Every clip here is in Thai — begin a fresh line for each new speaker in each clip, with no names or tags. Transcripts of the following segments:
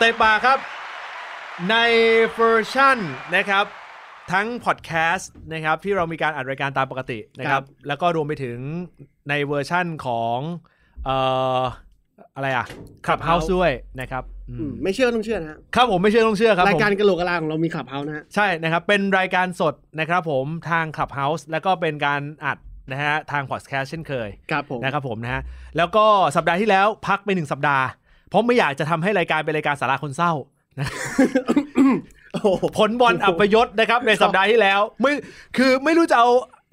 ส่ปากครับ ในเวอร์ชั่นนะครับ ทั้งพอดแคสต์นะครับที่เรามีการอัดรายการตามปกตินะครับ แล้วก็รวมไปถึงในเวอร์ชั่นของเอ่ออะไรอ่ะคลับเฮาส์
Clubhouse
ด้วยนะครับอืม
อืมไม่เชื่อก็ต้องเชื่อนะฮะ
ครับผมไม่เชื่อต้องเชื่อครับ
ราย
ผม
การกะโหลกกะลาของเรามีขับเฮานะฮะ
ใช่นะครับ เป็นรายการสดนะครับผมทาง Clubhouse แล้วก็เป็นการอัดนะฮะทางพอดแคสต์เช่นเคย
ครับผม
นะครับผมนะฮะแล้วก็สัปดาห์ที่แล้วพักไปหนึ่งสัปดาห์ เพราะไม่อยากจะทำให้รายการเป็นรายการสาระคนเศร้านะ
โอ้โห
ผลบอลอัปยศนะครับในสัปดาห์ที่แล้วไม่คือไม่รู้จะเอา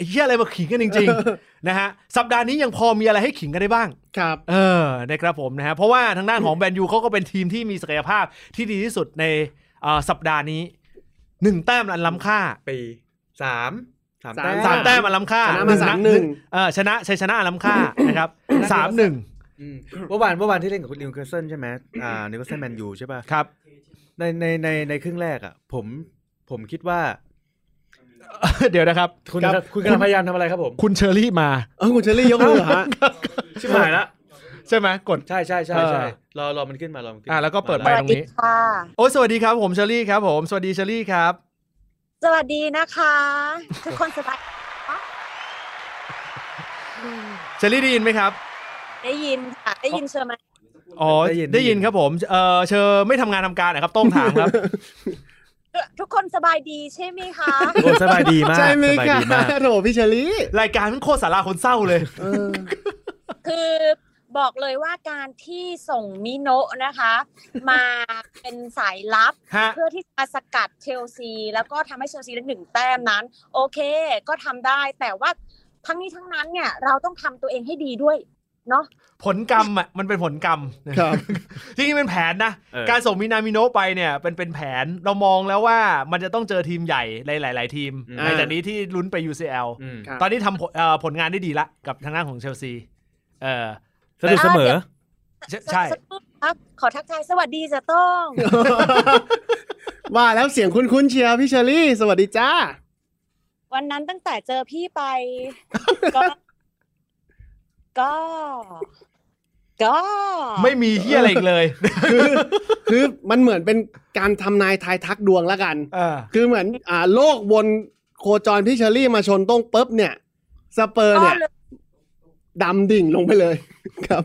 เฮียอะไรมาขิงกันจริง ๆ นะฮะสัปดาห์นี้ยังพอมีอะไรให้ขิงกันได้บ้าง
ครับ
เออนะครับผมนะฮะเพราะว่าทางด้านของแบนยูเขาก็เป็นทีมที่มีศักยภาพที่ดีที่สุดในเอ่อสัปดาห์นี้หนึ่งแต้มอันล้ำค่า
ปีสามสาม
สาม
แต้ม
สามแต้มอันล้ำค่า
ชนะมาสามหนึ่ง
เออชนะชัยชนะอันล้ำค่า นะครับสามหนึ่ง
อืมเมื่อวานเมื่อวานที่เล่นกับคุณนิวคาสเซิลใช่ไหมอ่านิวคาสเซิลแมนยูใช่ป่ะ
ครับ
ในในในในครึ่งแรกอ่ะ ผมผมคิดว่า
เดี๋ยวนะครับ
คุณ
ครับ
คุณกำลังพยายามทำอะไรครับผม
คุณเชอรี่มา
เออคุณเชอรี่ยกมือเหรอฮะ
ชิบหายละ
ใช่ไหมกด
ใช่ใช่ใช่ใช่
เออ
รอรอมันขึ้นมารอมันขึ้น
อ่ะแล้วก็เปิด
ส
ไป
มา
วัสดีค่ะ
โอ้ยสวัสดีครับผมเชอรี่ครับผมสวัสดีเชอรี่ครับ
สวัสดีนะคะ ทุกคนสบาย
เชอรี่ได้ยินไหมครับ
ได้ยินค่ะ ได้ยินเชอร์ไหม
อ๋อได้ยินครับผมเออเชอไม่ทำงานทำการนะครับโต้งถามครับ
ทุกคนสบายดีใช่ไหมคะ
โอ้สบายดีมาก
ใช่ไหม
สบาย
ครั
ดีมาก
บโถพี่เชอรี่
รายการมันโคตรสาระคนเศร้าเลย
เออ
คือบอกเลยว่าการที่ส่งมิโนะนะคะ มาเป็นสายลับ
ฮะ
เพื่อที่จะสกัดเชลซี แล้วก็ทำให้เชลซีได้หนึ่งแต้มนั้น โอเค ก็ทำได้แต่ว่าทั้งนี้ทั้งนั้นเนี่ยเราต้องทำตัวเองให้ดีด้วยเนาะ
ผลกรรมอ่ะมันเป็นผลกรรม
ครับ
จริงๆเป็นแผนนะ
เออ
การส่งมินามิโนะไปเนี่ยเป็นเป็นแผนเรามองแล้วว่ามันจะต้องเจอทีมใหญ่หลาย ๆ ทีม
อืม
ในจากนี้ที่ลุ้นไป UCL
อืม
ครับ
ตอนนี้ทำผลเอ่อผลงานได้ดีละกับทางด้านของเชลซี เออ
สะดุดเสมอ
ใช่ใช่
สักครู่ครับขอทักทายสวัสดีจะต้อง
ว่าแล้วเสียงคุ้นๆเชียร์พี่เชอรี่สวัสดีจ้า
วันนั้นตั้งแต่เจอพี่ ไป ก็ ก็ ก็
ไม่มีเฮียอะไรอีกเลย
คือคือมันเหมือนเป็นการทำนายทายทักดวงละกัน
เออ
คือเหมือนอ่าโลกวนโคจรพี่เชอรี่มาชนต้องปุ๊บเนี่ย สเปอร์เนี่ย
เลย
ดำดิ่งลงไปเลย ครับ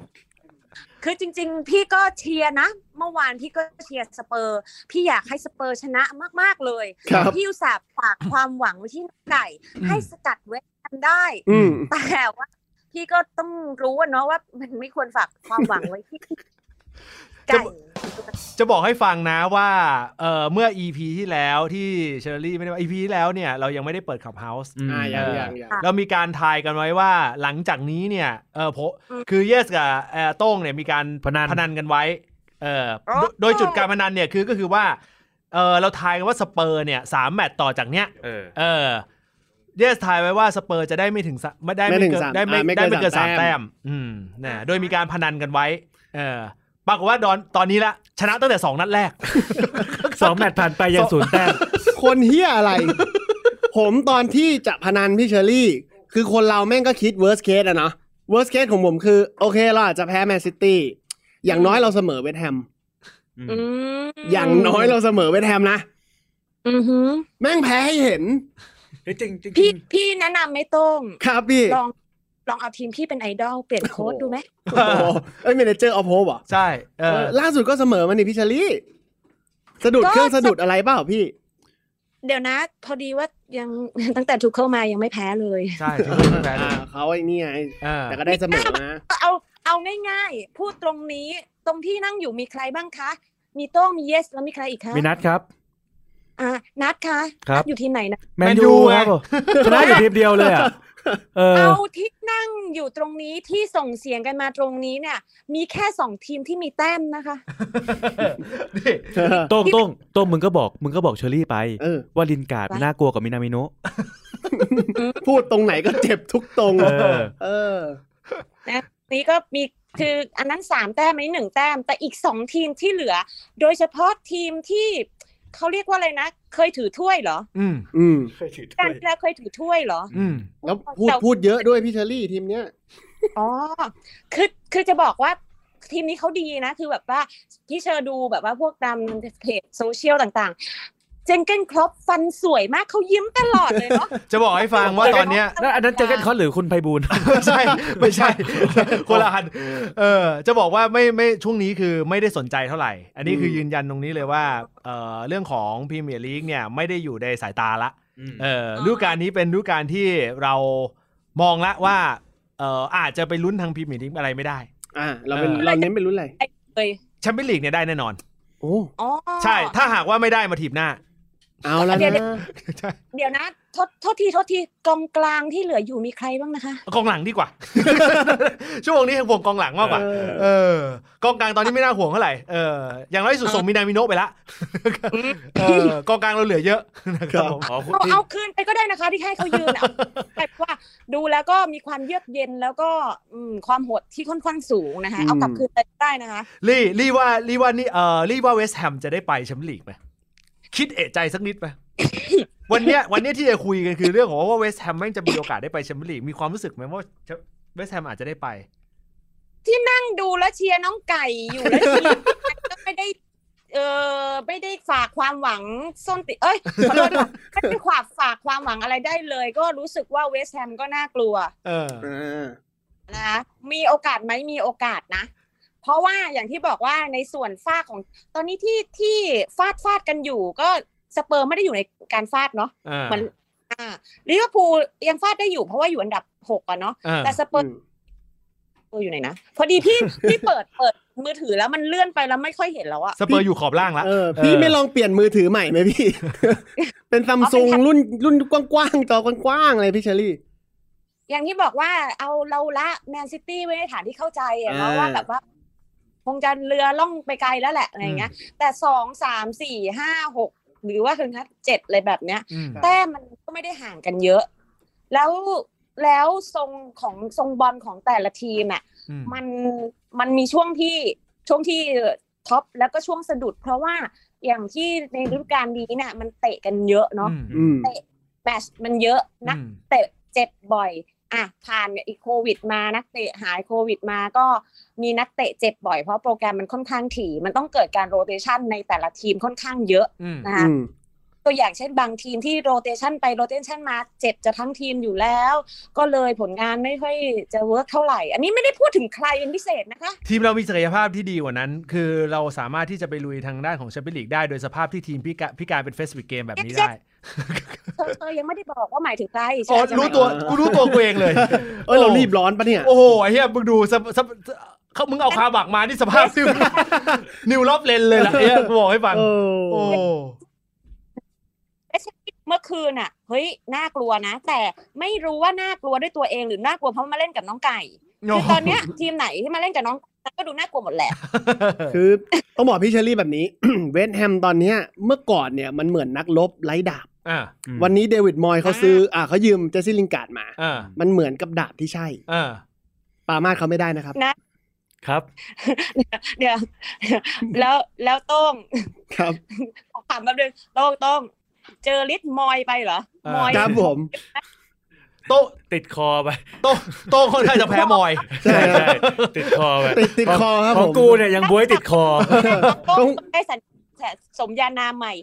คือจริง ๆ พี่ก็เชียร์นะ เมื่อวานพี่ก็เชียร์สเปอร์ พี่อยากให้สเปอร์ชนะมาก ๆ เลย
ครับ
พี่อุตส่าห์ฝากความหวังไว้ที่ไก่ ให้สกัดเวสแฮมได้
อืม
แต่ว่าพี่ก็ต้องรู้อะเนาะว่ามันไม่ควรฝากความหวังไว้ ที่ไก่
จะบอกให้ฟังนะว่าเออเมื่อ EP ที่แล้วที่เชอรี่ไม่ได้ว่า EP ที่แล้วเนี่ยเรายังไม่ได้เปิดขับเฮาส์
อ่าอย่าง
เออ
อ
อ
ย่างอย่าง
ค่ะ
เรามีการทายกันไว้ว่าหลังจากนี้เนี่ยเออผม
อืม
คือเยสกับเอ่อโต้งเนี่ยมีการ
พนัน
พนันกันไว้เออ
อ๋อ
โดโดยจุดการพนันเนี่ยคือก็คือว่าเออเราทายกันว่าสเปอร์เนี่ยสามแมตต์ต่อจากเนี้ย
เออ
เออเยสทายไว้ว่าสเปอร์จะได้ไม่ถึงสะไม่ได้
ไม่ถึง
เกิน
สาม
ได้ไม่
อ่าไม่เกิ
ได้
น
ไม่เกินสา
สาม มแต้
แต้ม
ม
อืมนะโดยมีการพนันกันไว้เออปรากฏว่าดอนตอนนี้ละชนะตั้งแต่สองนัดแรก
สองแมตช์ผ่านไปยังศูนย์แต้ม
คนเฮียอะไร ผมตอนที่จะพนันพี่เชอรี่ คือคนเราแม่งก็คิด worst case อะเนาะ worst case ของผมคือ โอเคเราอาจจะแพ้แมนซิตี้อย่างน้อยเราเสมอเวสต์แฮม
อืม
อย่างน้อยเราเสมอเวสต์แฮมนะ
อือหือ
แม่งแพ้ให้เห็น
เฮ้ยจริงจริงจริ
พี่
ง
พี่แนะนำไหม่ต้อง
ครับพี่
ลองลองเอาทีมพี่เป็นไอดอลเปลี่ยนโค้ดดูไหม
โอ้โหเอ้ยเมเนเจอร์ออฟโฮป่ะ
ใช่เออ
ล่าสุดก็เสมอมานี่พี่เชอรี่สะดุดเครื่องสะดุดอะไรเปล่าพี่
เดี๋ยวนะ พอดีว่ายัง ตั้งแต่ถูกเข้ามายังไม่แพ้เลย
ใช่ที่เป็นแฟน
อ่าเขาไอ้นี่ไง
เออ
แต่ก็ได้เสมอนะ
เอาเอาง่ายๆ พูดตรงนี้ ตรงที่นั่งอยู่มีใครบ้างคะ มีโต้งมีเยส แล้วมีใครอีกคะ
มีนัดครับ
อ่ะนัดคะ
ครับ
นัทอยู่ทีมไหนนะ
แมนยูครับผมชนะอยู่ทีมเดียวเลยอ่ะเออ
เอาที่นั่งอยู่ตรงนี้ที่ส่งเสียงกันมาตรงนี้เนี่ย มีแค่สองทีมที่มีแต้มนะคะ
นี่
โต้งโต้งโต้งมึงก็บอกมึงก็บอกเชอรี่ไป
เออ
ว่าลินการ์ดมันน่ากลัวกว่ามินามิโนะ
พูดตรงไหนก็เจ็บทุกตรง
เออ
เออ
นะนี่ก็มีคืออันนั้นสามแต้มอันนี้หนึ่งแต้ม แต่อีกสองทีมที่เหลือ โดยเฉพาะทีมที่เขาเรียกว่าอะไรนะ เคยถือถ้วยเหรอ
อืม
อืม
การกีฬาเคยถือถ้วยเหรอ
อืม
แล้วพูด
แต่
พูดเยอะด้วยพี่เชอรี่ทีมเนี้ย
อ๋อคือคือจะบอกว่า ทีมนี้เขาดีนะ คือแบบว่าพี่เชอร์ดูแบบว่าพวกตามเพจโซเชียลต่างๆ เจนเกนครอปฟันสวยมากเขายิ้มตลอดเลย เนาะ
จะบอกให้ฟังว่าตอนเนี้ย
แล้วอันนั้นเจอกันเขาหรือคุณไพบู ลย์
ไม่ใช่ไม่ใช่ คนละอันเออจะบอกว่าไม่ไม่ช่วงนี้คือไม่ได้สนใจเท่าไหร่ อันนี้คือ
ม
ยืนยันตรงนี้เลยว่าเออเรื่องของพรีเมียร์ลีกเนี่ยไม่ได้อยู่ในสายตาละเออ
อ๋อ
ฤดูกาลนี้เป็นฤดูกาลที่เรามองละว่าเอออาจจะไปลุ้นทางพรีเมียร์ลีกอะไรไม่ได้
อ่า เราเป็น
เออ
เราเน้นเป็นรุ่นอะไร
เลย
แชมเปี้ยนลีกเนี่ยได้แน่นอน
โอ้
อ๋อ
ใช่ถ้าหากว่าไม่ได้มาถีบหน้า
เอาละ
เดี๋ยว
นะ
ใช่
เดี๋ยวนะโทษโทษทีโทษทีกองกลางที่เหลืออยู่มีใครบ้างนะคะ
กองหลังดีกว่า ช่วงนี้ห่วงกองหลังมากกว่า
เออ
เออกองกลางตอนนี้ไม่น่าห่วงเท่าไหร่เอออย่างน้อยที่สุดส่งมินามิโนะไปละ เออกองกลางเราเหลือเยอะนะครับผม
อ๋อคุณ
เอา
ที่
เอาคืนไปก็ได้นะคะที่ให้เขายื นอะ แต่ว่าดูแล้วก็มีความเยือกเย็นแล้วก็อืมความโหดที่ค่อนข้างสูงนะคะ เอากลับคืนไปได้นะคะ
ลี่ลี่ว่าลี่ว่านี่เออลี่ว่าเวสต์แฮมจะได้ไปแชมเปี้ยนลีกไหมคิดเอะใจสัก นิดไหม วันเนี้ยวันเนี้ยที่จะคุยกันคือเรื่องของว่าเวสต์แฮมแม่งจะมีโอกาสได้ไปแชมเปี้ยนลีกมีความรู้สึกไหมว่าเวสต์แฮมอาจจะได้ไป
นั่งดูแล้วเชียร์น้องไก่อยู่แล้วเชียร์ก็ไม่ได้ เออไม่ได้ฝากความหวังส้นติเอ้ยขอโทษด้วยไม่ได้ขวากฝากความหวังอะไรได้เลย ก็รู้สึกว่าเวสต์แฮมก็น่ากลัว
เออ
เออ
นะมีโอกาสไหมมีโอกาสนะ เพราะว่าอย่างที่บอกว่าในส่วนฟาดของ ตอนนี้ที่ที่ฟาดฟาดกันอยู่ ก็สเปอร์ไม่ได้อยู่ในการฟาดเนาะ
อ่า
มันอ่าลิเวอร์พูลยังฟาดได้อยู่เพราะว่าอยู่อันดับหกอะเนาะ
อ่า
แต่สเปอร์ตัวอยู่ไหนนะพอดีพี่ พี่เปิดเปิดมือถือแล้วมันเลื่อนไปแล้วไม่ค่อยเห็นแล้วอะ
สเปอร์อยู่ขอบล่างละ
เออพี่
เออ
ไม่ลองเปลี่ยนมือถือใหม่ไหม พี่ เป็นซัมซุง
อ๋อเป็น
รุ่นรุ่นกว้างๆจอกว้างๆอะไรพี่เชอรี่
อย่างที่บอกว่าเอาเราละแมนซิตี้ไว้ในฐานที่เข้าใจอะเนาะ
อ่า
ว่าแบบว่าคงจะเรือล่องไปไกลแล้วแหละอะไรอย่างเงี้ย แต่สองสามสี่ห้าหกหรือว่าถึงทัดเจ็ดอะไรแบบเนี้ย
อืม
แต้มมันก็ไม่ได้ห่างกันเยอะ แล้วแล้วทรงของทรงบอลของแต่ละทีมอ่ะ
อืม
มันมันมีช่วงที่ช่วงที่ท็อปแล้วก็ช่วงสะดุด เพราะว่าอย่างที่ในฤดูกาลนี้เนี่ยมันเตะกันเยอะเนาะ
อื
อื
ม
ม
แมตชมันเยอะนัก
อืม
เตะเจ็บบ่อย อ่ะผ่านอีกโควิดมานักเตะหายโควิดมาก็มีนักเตะเจ็บบ่อยเพราะโปรแกรมมันค่อนข้างถี่ มันต้องเกิดการโรเตชันในแต่ละทีมค่อนข้างเยอะ
อืม
นะคะตัวอย่างเช่นบางทีมที่โรเตชันไปโรเตชันมาเจ็บจะทั้งทีมอยู่แล้ว ก็เลยผลงานไม่ค่อยจะเวิร์กเท่าไหร่ อันนี้ไม่ได้พูดถึงใครเป็นพิเศษนะคะ
ทีมเรามีศักยภาพที่ดีกว่านั้น คือเราสามารถที่จะไปลุยทางด้านของแชมเปี้ยนลีกได้โดยสภาพที่ทีมพิการพิการเป็นเฟสบิกเกมแบบนี้ได้
เธอเธอยังไม่ได้บอกว่าหมายถึงใคร
อ๋อ
ใช่ไหม
รู้ตัวกูรู้ตัวกูเองเลย
เอ้ยเรารีบร้อนปะเนี่ย
โอ้โหไอ้เฮียมึงดูสภสภเขามึงเอาคาบักมานี่สภาพซิว นิวล็อบเลนเลยล่ะเฮียกูบอกให้ฟัง
เอ
โอ้
อ
เอสเอ็มพีเมื่อคืนอ่ะเฮ้ยน่ากลัวนะ แต่ไม่รู้ว่าน่ากลัวด้วยตัวเองหรือน่ากลัวเพราะมาเล่นกับน้องไก่ คือตอนเนี้ยทีมไหนที่มาเล่นกับน้องก็ดูน่ากลัวหมดแหละ
คือต้องบอกพี่เชอรี่แบบนี้ เวสต์แฮมตอนเนี้ยเมื่อก่อนเนี่ยมันเหมือนนักรบไร้ดาบ
อ่า
วันนี้เดวิดมอยเขาซื้ออ่าเขายืมเจสซี่ลิงการ์ดมา
อ่า
มันเหมือนกับดาบที่ใช่
อ่า
ปามาดเขาไม่ได้นะครับ
นะครับ เดี๋ยว แล้วแล้วโต้ง
ครับ
ขอถามแป๊บนึงโต้งโต้งเจอลิทมอยไปเหรอมอย
ครับผม
โต้
ติดคอไป
โต้โต้ค่อนข้างจะแพ้มอย
ใช่ครับ
ติดคอไป
ติดติดคอครับ
ข
ผ
อง
ม
กูเนี่ยยังบวยติดคอ
โต้
โต้
ง
ง
ได้สัญสมญานามใหม่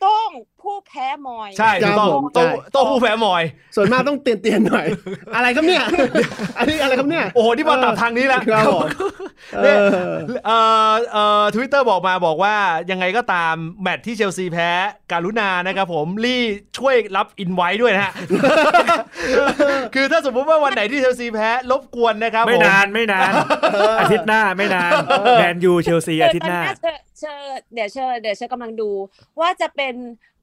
โต้งผู้แพ้มอย
ใช่ถูกต้อง
ครับผม
โต้โต้ผู้แพ้มอย
ส่วนมากต้องเตียนเตียนๆหน่อย อะไรครับเนี่ย อันนี้อะไรครับเนี่ย
โอ้โหนี่มาตับทางนี้แล้ว
ครับผม เอ
เนี่ย
อ
เอ่อเอ่อทวิตเตอร์บอกมาบอกว่ายังไงก็ตามแมตช์ที่เชลซีแพ้การุณานะครับผมลี่ช่วยรับอินไว้ด้วยนะฮะ คือถ้าสมมุติว่าวันไหนที่เชลซีแพ้รบกวนนะครับ
ไม่
ผม
นานไม่นาน อาทิตย์หน้าไม่นานแมนยูเชลซีอาทิตย์หน้า
เธอเธอเดี๋ยวเธอเดี๋ยวเธอกำลังดู ว่าจะเป็น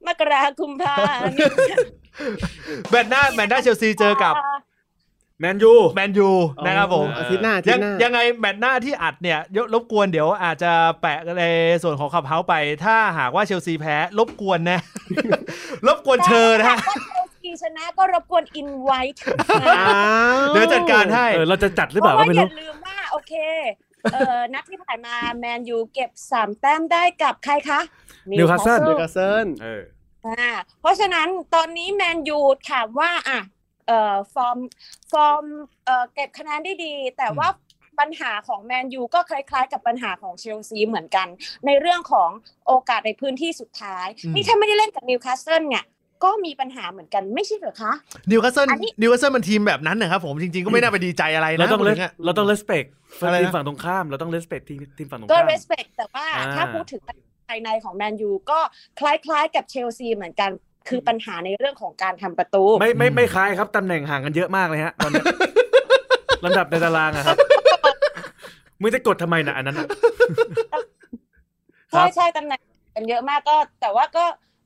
มกราคุมพา
แมตช์หน้าแมตช์หน้าเชลซีเจอกับ
แมนยู
แมนยูนะครับผม
อาทิตย์หน้าอาทิต
ยัง
ย์หน้า
ยังไงแมตช์หน้าที่อัดเนี่ยเดี๋ยวรบกวนเดี๋ยวอาจจะแปะในส่วนของขับเฮาไป ถ้าหากว่าเชลซีแพ้รบกวนนะ รบกวนเชิญนะฮะ
ถ้าเชลซีชนะก็รบกวนอินไวท์ นะ
เดี๋ยวจัดการให้
เออเราจะจัดหรือเปล่าก็ไม่รู้
พะว่อย่าลืมว่าโอเค เอ่อ นัดที่ผ่านมาแมนยูเก็บสามแต้มได้กับใครคะ
Newcastle
เด
Newcastle
อะกาเซิร์น
เออ
อ่าเพราะฉะนั้นตอนนี้แมนยูถามว่าอ่ะเอ่อฟอร์มฟอร์มเอ่อเก็บคะแนนได้ดี แต่ว่าไป ปัญหาของแมนยูก็คล้ายๆ กับปัญหาของเชลซีเหมือนกัน ในเรื่องของโอกาสในพื้นที่สุดท้าย
อืม
นี่ถ้าไม่ได้เล่นกับนิวคาสเซิลเนี่ยก็มีปัญหาเหมือนกันไม่ใช่เหรอคะ
นิวคาสเซิล
อันนี้
นิวคาสเซิลมันทีมแบบนั้นนะครับผมจริงๆก็ไม่น่าไปดีใจอะไรนะ
เราต้อง
พูด
เล
ถึงะ
เราต้องเลสเปก
อะไรนะ
ทีมฝั่งตรงข้ามเราต้องเลสเปกทีมทีมฝั่งตรง
ก็
ข้าม
respect แต่ว่า
อ่า
ถ้าพูดถึงภายในของแมนยูก็คล้ายๆกับเชลซีเหมือนกัน คือปัญหาในเรื่องของการทำประตู
ไม่ไม่ไม่คล้ายครับตำแหน่งห่างกันเยอะมากเลยฮะตอนเนี้ย ลำดับในตารางอะ ครับมึงจะกดทำไมนะอันนั้นน่ะ ครั
ใช่
บ
ใช่ตำแหน่งกันเยอะมากก็ แต่ว่าก็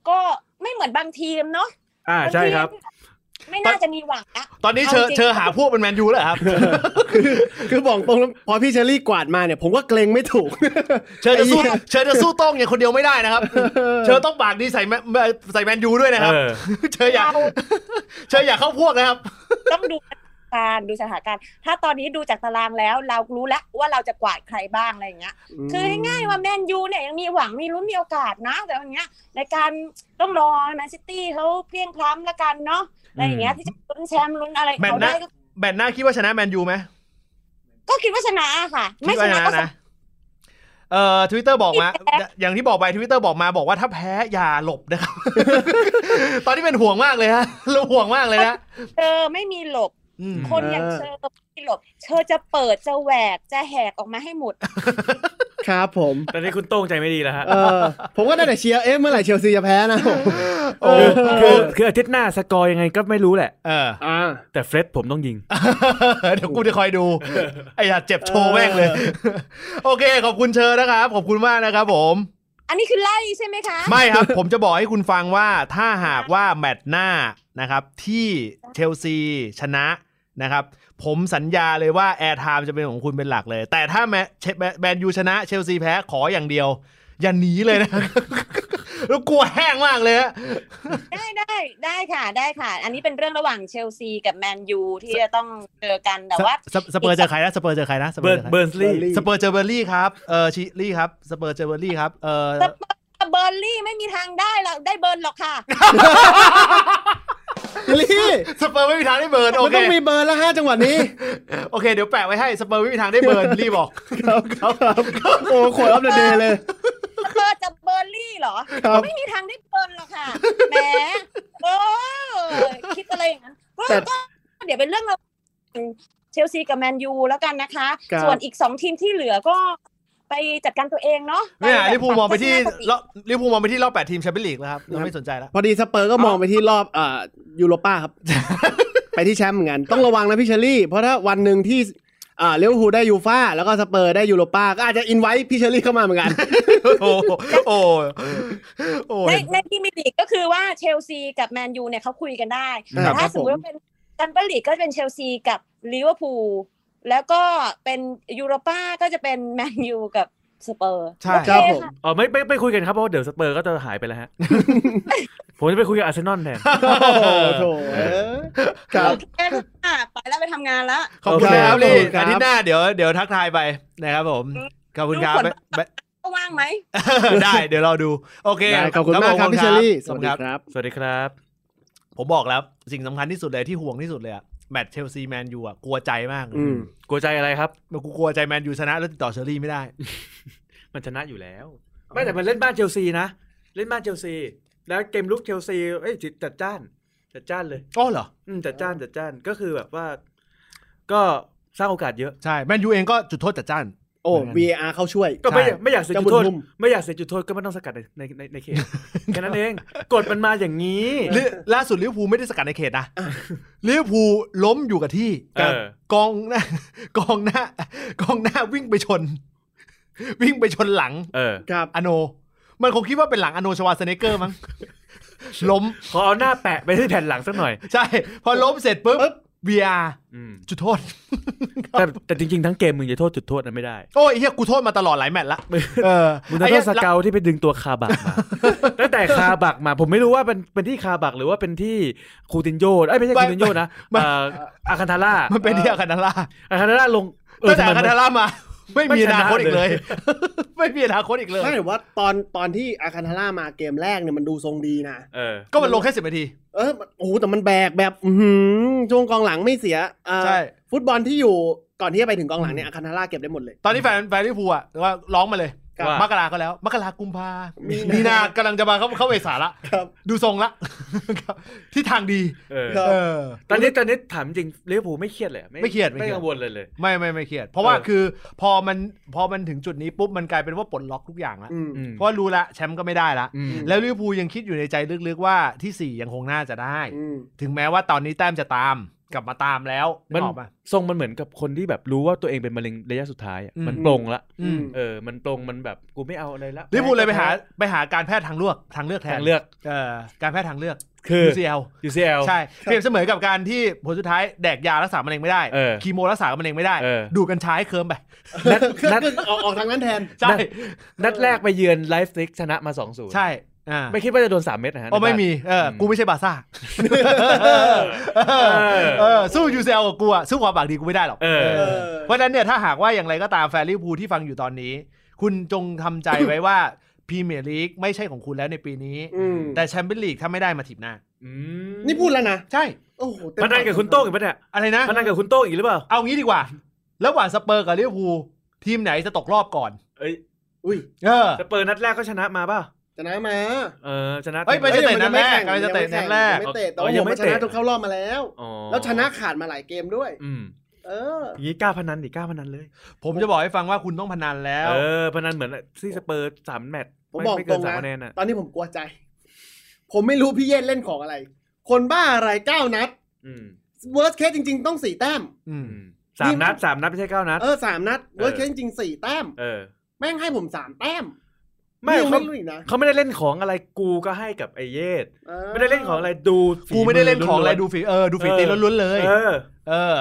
ก็ไม่เหมือนบางทีมเนาะ
อ่า
บาง
ใช่
ทีม
ครับ
ไม่น่าจะมีหวังนะ
ตอนนี้เชอ
เอาจริง
เชอหาพวกเป็นแมนยูแล้วครับ
คือบอกตรงแล้วพอพี่เชอรี่กวาดมาเนี่ย ผมก็เกรงไม่ถูก
เชอจะสู้
ไอ้เหี้ย
เชอจะสู้โต้องอย่างคนเดียวไม่ได้นะครับ เชอต้องปากดีใส่แมใส่แมนยูด้วยนะครับ
เออ
เชออย่า
เรา
เชออย่าเข้าพวกนะครับ
ต้องดูสถานการณ์ดูสถานการณ์ ถ้าตอนนี้ดูจากตารางแล้ว เรารู้แล้วว่าเราจะกวาดใครบ้างอะไรอย่างเงี้ย คือง่ายๆว่าแมนยูเนี่ยยังมีหวังมีลุ้นมีโอกาสนะ แต่วันเนี้ยในการต้องรอแมนซิตี้เขาเพลียงพล้ำละกันเนาะอะไรอย่างเงี้ยที่จะลุ้นแชมป์ลุ้นอะไร
แมตช์
เขา
ห
ได้
น้า
ก็
แบนหน้าคิดว่าชนะแมนยูไหม
ก็คิดว่าชนะค่ะ ไม่
คิด
ช
ว่า
นะก็
นะเอ่อทวิตเตอร์บอกมา
ไม่แพ้
อย่างที่บอกไปทวิตเตอร์บอกมาบอกว่าถ้าแพ้อย่าหลบนะครับ ตอนนี้เป็นห่วงมากเลยฮะ เราห่วงมากเลยนะ
เจอไม่มีหลบ
อืม
คนอย่าง
เออ
เชอไม่มีหลบ เชอจะเปิดจะแหวกจะแหกออกมาให้หมด
ครับผม
ตอนนี้คุณโต้งใจไม่ดีแล้วฮะ
เออผมก็ได้แต่เชียร์เอ๊ะเมื่อไหร่เชลซีจะแพ้นะผม
โอ้
คือคือคืออาทิตย์หน้าสกอร์ยังไงก็ไม่รู้แหละ
เออ
อ่า
แต่เฟร็ดผมต้องยิง
เดี๋ยวกูจะคอยดู ไอ้ห่าเจ็บโชว์แม่งเลย โอเค ขอบคุณเชอนะครับ ขอบคุณมากนะครับผม
อันนี้คือไล่ใช่ไหมคะ
ไม่ครับ ผมจะบอกให้คุณฟังว่าถ้าหากว่าแมตช์หน้านะครับ ที่เชลซีชนะนะครับ ผมสัญญาเลยว่าแอร์ไทม์จะเป็นของคุณเป็นหลักเลย แต่ถ้าแมตช์แมนยูชนะเชลซีแพ้ขออย่างเดียว อย่าหนีเลยนะ แล้วกลัวแห้งมากเลยฮะ
ได้ได้ได้ค่ะได้ค่ะ อันนี้เป็นเรื่องระหว่างเชลซีกับแมนยูที่จะต้องเจอกันแต่ว่า
สสเปอร์เจอใครนะสเปอร์เจอใครนะสเปอ
เบิ
ร์
ร์
เจอใคร
นเบิร์นลีย์
Burnley
สเปอร์เจอเบอร์ลี่ครับ เออชิลี่ครับ สเปอร์เจอเบอร์ลี่ครับ เออ
สเปอร์เบอร์ลี่ไม่มีทางได้หรอกได้เบิร์นหรอกค่ะ
เชอรี่
สเปอร์ไม่มีทางได้เบิร์นโอ
มัน
เค
ต้องมีเบอร์นแล้วห้าจังหวัดนี้
โอเค เดี๋ยวแปะไว้ให้ สเปอร์ไม่มีทางได้ เบิร์นลี่บอก
ครับครับโอ้ขวดอัพเดเดย์เลย
สเปอร์จะเบอร์ลี่เหรอ
ครับ
ไม่มีทางได้เบิร์นหรอกค่ะ แหมโอ้ยคิดอะไรอย่างนั้นก็
แต่
ก็เดี๋ยวเป็นเรื่องเราเชลซีกับแมนยูแล้วกันนะคะ
ครับ
ส่วนอีกสองทีมที่เหลือก็ไปจัดการตัวเองเนาะ
ไม่หา
แบบ
ลิเวอร์พูลมองไปที่
ทัศนคติ
รอบลิเวอร์พูลมองไปที่รอบแปดทีมแชมเปี้ยนลีกแล้วครับเราไม่สนใจแล้ว
พอดีสเปอร์ก็มองไปที่รอบเอ่อยูโรป้าครับ ไปที่แชมป์เหมือนกัน ต้องระวังนะพี่เชอรี่ เพราะถ้าวันหนึ่งที่เอ่อลิเวอร์พูลได้ยูฟ่าแล้วก็สเปอร์ได้ยูโรป้าก็อาจจะอินไว้พี่เชอรี่เข้ามาเหมือนกัน
โอ้โหโอ้โหโอ้โห
ในในพรีเมียร์ลีกก็คือว่าเชลซีกับแมนยูเนี่ยเขาคุยกันได้
ครั
แต่
บ
ถ้าสมมติว่าเป็นแชมเปี้ยนลีกก็จะเป็นเชลซีกับลิเวอร์พูลแล้วก็เป็นยูโรป้าก็จะเป็นแมนยูกับสเปอร์
ใช่
โอเ
ครับผม
ค่ะ
อ๋อไม่ไม่ไม่คุยกันครับเพราะว่าเดี๋ยวสเปอร์ก็จะหายไป แล้วฮะ ผมจะไปคุยกับอาร์เซนอลแทน
โอ้โหโถเอ้ยครับ
โอเคค่ะไปแล้วไปทำงานแล้ว
ขอบคุณ
โอเค
นะครับ
ขอบ
ลี่
คุณครับ
อาทิตย์หน้าเดี๋ยวเดี๋ยวทักทายไปนะครับผม ขอบคุณครับ
ดูผล
บ๊าย
ก็ว่างไหม
บาย ได้เดี๋ยวเราดู โอเค
ได้ขอบคุณมากครับพี่เชอรี่ ส
ขอบ
วัส
คุณค
ดี
รับ
ครับ
สวัสดีครับ
ผมบอกแล้ว สิ่งสำคัญที่สุดเลยที่ห่วงที่สุดเลยอะแมตช์เชลซีแมนยูอะกลัวใจมากเลย
อืม
กลัวใจอะไรครับ
มันกูกลัวใจแมนยูชนะแล้วติดต่อเชอรี่ไม่ได้
มันชนะอยู่แล้ว ไม่แต่มันเล่นบ้านเชลซีนะ เล่นบ้านเชลซี แล้วเกมลุกเชลซีเอ้ยจัดจ้าน จัดจ้านเลย
อ๋อเหรอ
อืมจัดจ้านจัดจ้านก็คือแบบว่า ก็สร้างโอกาสเยอะ
ใช่ แมนยูเองก็จุดโทษจัดจ้าน
โอ้
เหมือนกัน
VAR เข้าช่วย
ก็ไม่อยากไม่อยากเสียจุดโทษ
เจ้าบุญทุ่ม
ไม่อยากเสียจุดโทษก็ไม่ต้องสกัดในในในในเข ตแค่นั้นเองกฎมันมาอย่างนี้
ลิล่าสุดลิเวอร์พูลไม่ได้สกัดในเขตนะลิเวอร์พูลล้มอยู่กับที่
เออ
กองหน้าก องหน้ากองหน้าวิ่งไปชน วิ่งไปชนหลัง
เออ
ครับ
อโน มันคงคิดว่าเป็นหลังอโนชวาสเนเกอร์มั้ง ล้ม
ขอเอาหน้าแปะไปที่แผ่นหลังสักหน่อย
ใช่ พอล้มเสร็จปุ๊บ
ปึ๊บ
เบีย
อืม
จุดโทษ
แต่แต่จริงๆทั้งเกมมึงจะโทษจุดโทษนั้นไม่ได้
โอ้ยเฮียกูโทษมาตลอดหลายแมตช์ละเออ
มึงจะโทษสเกลที่ไปดึงตัวคาบัก มา ตั้งแต่คาบักมา ผมไม่รู้ว่าเป็นเป็นที่คาบักหรือว่าเป็นที่คูตินโยเอ้ยไม่ใช่คูตินโยนะเอ่ออาคันทาร่า
มันเป็นที่อาคานาล่า
อาคันทาร่าลงเอ
ตั้
อง
แต่อาคา
ทำไมมัน
นาล่ามา ไม่มีอนาคตอีกเลย ไม่มีอนาคตอีกเลย
ไม่แต่ว่าตอนตอนที่อาคาทาร่ามาเกมแรกเนี่ยมันดูทรงดีนะ
เออ
ก็มันลงแค่สิบนาที
เออมันโอ้โหแต่มันแบกแบบอื้อหือช่วงกองหลังไม่เสียเอ่อ
ใช่
ฟุตบอลที่อยู่ก่อนที่จะไปถึงกองหลังเนี่ยอาคาทาร่าเก็บได้หมดเลย
ตอนนี้แฟนแฟนลิเวอร์พูลอ่ะว่าร้องมาเลย
ครับ
มกราก็แล้ว มกรากุมภา
มีนามี
มีนากำลังจะมาเข้าเข้าเวสาละ
ครับ
ดูทรงละ ครับที่ทางดี
เออ
ครับ
เออ
ตอนนี้ตอนนี้ถามจริงเลี้ยวผูลไม่เครียดเลยอะ
ไม่เครียดไม่
ไม่
เครียด
กังวลเลยเลย
ไม่ไม่ไม่เครียด เพราะว่า
เออ
คือพอมันพอมันถึงจุดนี้ปุ๊บมันกลายเป็นว่าปลดล็อกทุกอย่างละ
อืม
อืม
เพราะว่ารู้ละแชมป์ก็ไม่ได้ละ
อืม
แล้วลิเวอร์พูลยังคิดอยู่ในใจลึกๆว่าที่สี่ยังคงน่าจะได้
อืม
ถึงแม้ว่าตอนนี้แต้มจะตาม กลับมาตามแล้วนึ
มัน
กออกปะ
ทรงมันเหมือนกับคนที่แบบรู้ว่าตัวเองเป็นมะเร็งระยะสุดท้ายอะ
อืม
มันปลงละ
อืม
เออ มันปลงมันแบบกูไม่เอาอะไรละ
ลิเวอร์พูลเลยไปหาไปหาการแพทย์ทางเลือกทางเลือกแทน
ทางเลือก
เออการแพทย์ทางเลือก
คือ
UCL
UCL
ใช่เปรียบเสมือนกับการที่ผลสุดท้ายแดกยารักษามะเร็งไม่ได้
เออ
คีโมรักษามะเร็งไม่ได้
เออ
ดูดกัญชาให้เคิร์มไป
นัด นัด
ออกออกทางนั้นแทน
ใช่
นัดแรกไปเยือนไลฟ์สติกชนะมา2อศูนย์
ใช่อ่า
ไม่คิดว่าจะโดน 3 เม็ดนะฮะ
โอ้ไม่มีเออกูไม่ใช่บาร์ซ่าเออเออสู้ยูเซลกับกูอะสู้ความบากดีกูไม่ได้หรอก
เออ
เออ
เพราะฉะนั้นเนี่ยถ้าหากว่าอย่างไรก็ตามแฟนลิเวอร์พูลที่ฟังอยู่ตอนนี้ คุณจงทำใจไว้ว่าพรีเมียร์ลีกไม่ใช่ของคุณแล้วในปีนี้
อืม
แต่แชมเปี้ยนลีกถ้าไม่ได้มาถีบหน้า
นี่พูดแล้วนะ
ใช่
โอ้โหเต็
มันนั่งกับคุณโต้งอีกปะเนี่ย
อะไรนะ
มันนั่งกับคุณโต้งอีกหรือเปล่า
เอางี้ดีกว่า ระหว่างสเปอร์กับลิเวอร์พูลทีมไหนจะตกรอบก่อน
เอ้ย
อุ้ย
เออ
สเปอร์นัดแรกก็ชนะมาเปล่า
ชนะมา
เออ ชนะ
เอ้ยไม่ใช่
อ้ย
นัดแรก
ยังไม่
กำลังจะเตะ
ยังไม่
นัดแรก
ยังไม่เตะแต่
อ๋อ
ว่า
ยั
ผ
ง
ม
ไม่
ช
เตะ
นะจนเข้ารอบมาแล้ว
อ๋อ
แล้วชนะขาดมาหลายเกมด้วย
อืม
เออ
อย่างนี้กล้าพนันดิกล้าพนันเลย
ผมจะบอกให้ฟังว่าคุณต้องพนันแล้ว
เออพนันเหมือนที่สเปอร์สามแมตช์
ผม
ไม่
บอก
ไม่
ต
เกิ
ร
น
ง
สา
นะครับ
มคะแนนน่ะ
ตอนนี้ผมกลัวใจ ผมไม่รู้พี่เย็นเล่นของอะไร คนบ้าอะไรเก้านัด
อืม
เวิร์สเคสจริง ๆ ต้องสี่แต้ม
อืม
อืมสามนัดสามนัดไม่ใช่เก้านัด
เออสามนัด
เออ
เวิร์สเคสจริงๆสี่แต้ม
เออ
แม่งให้ผมสามแต้ม
ไม่
นี่ยัง
เขา
ไม่รู้อีกนะ
เขาไม่ได้เล่นของอะไรกูก็ให้กับไอเยสไม่ได้เล่นของอะไรดูฝี
กูไม่ได้เล่นของอะไร
วๆ
ดูฝีเออดูฝีตีล้วนๆเลย
เออ
เออ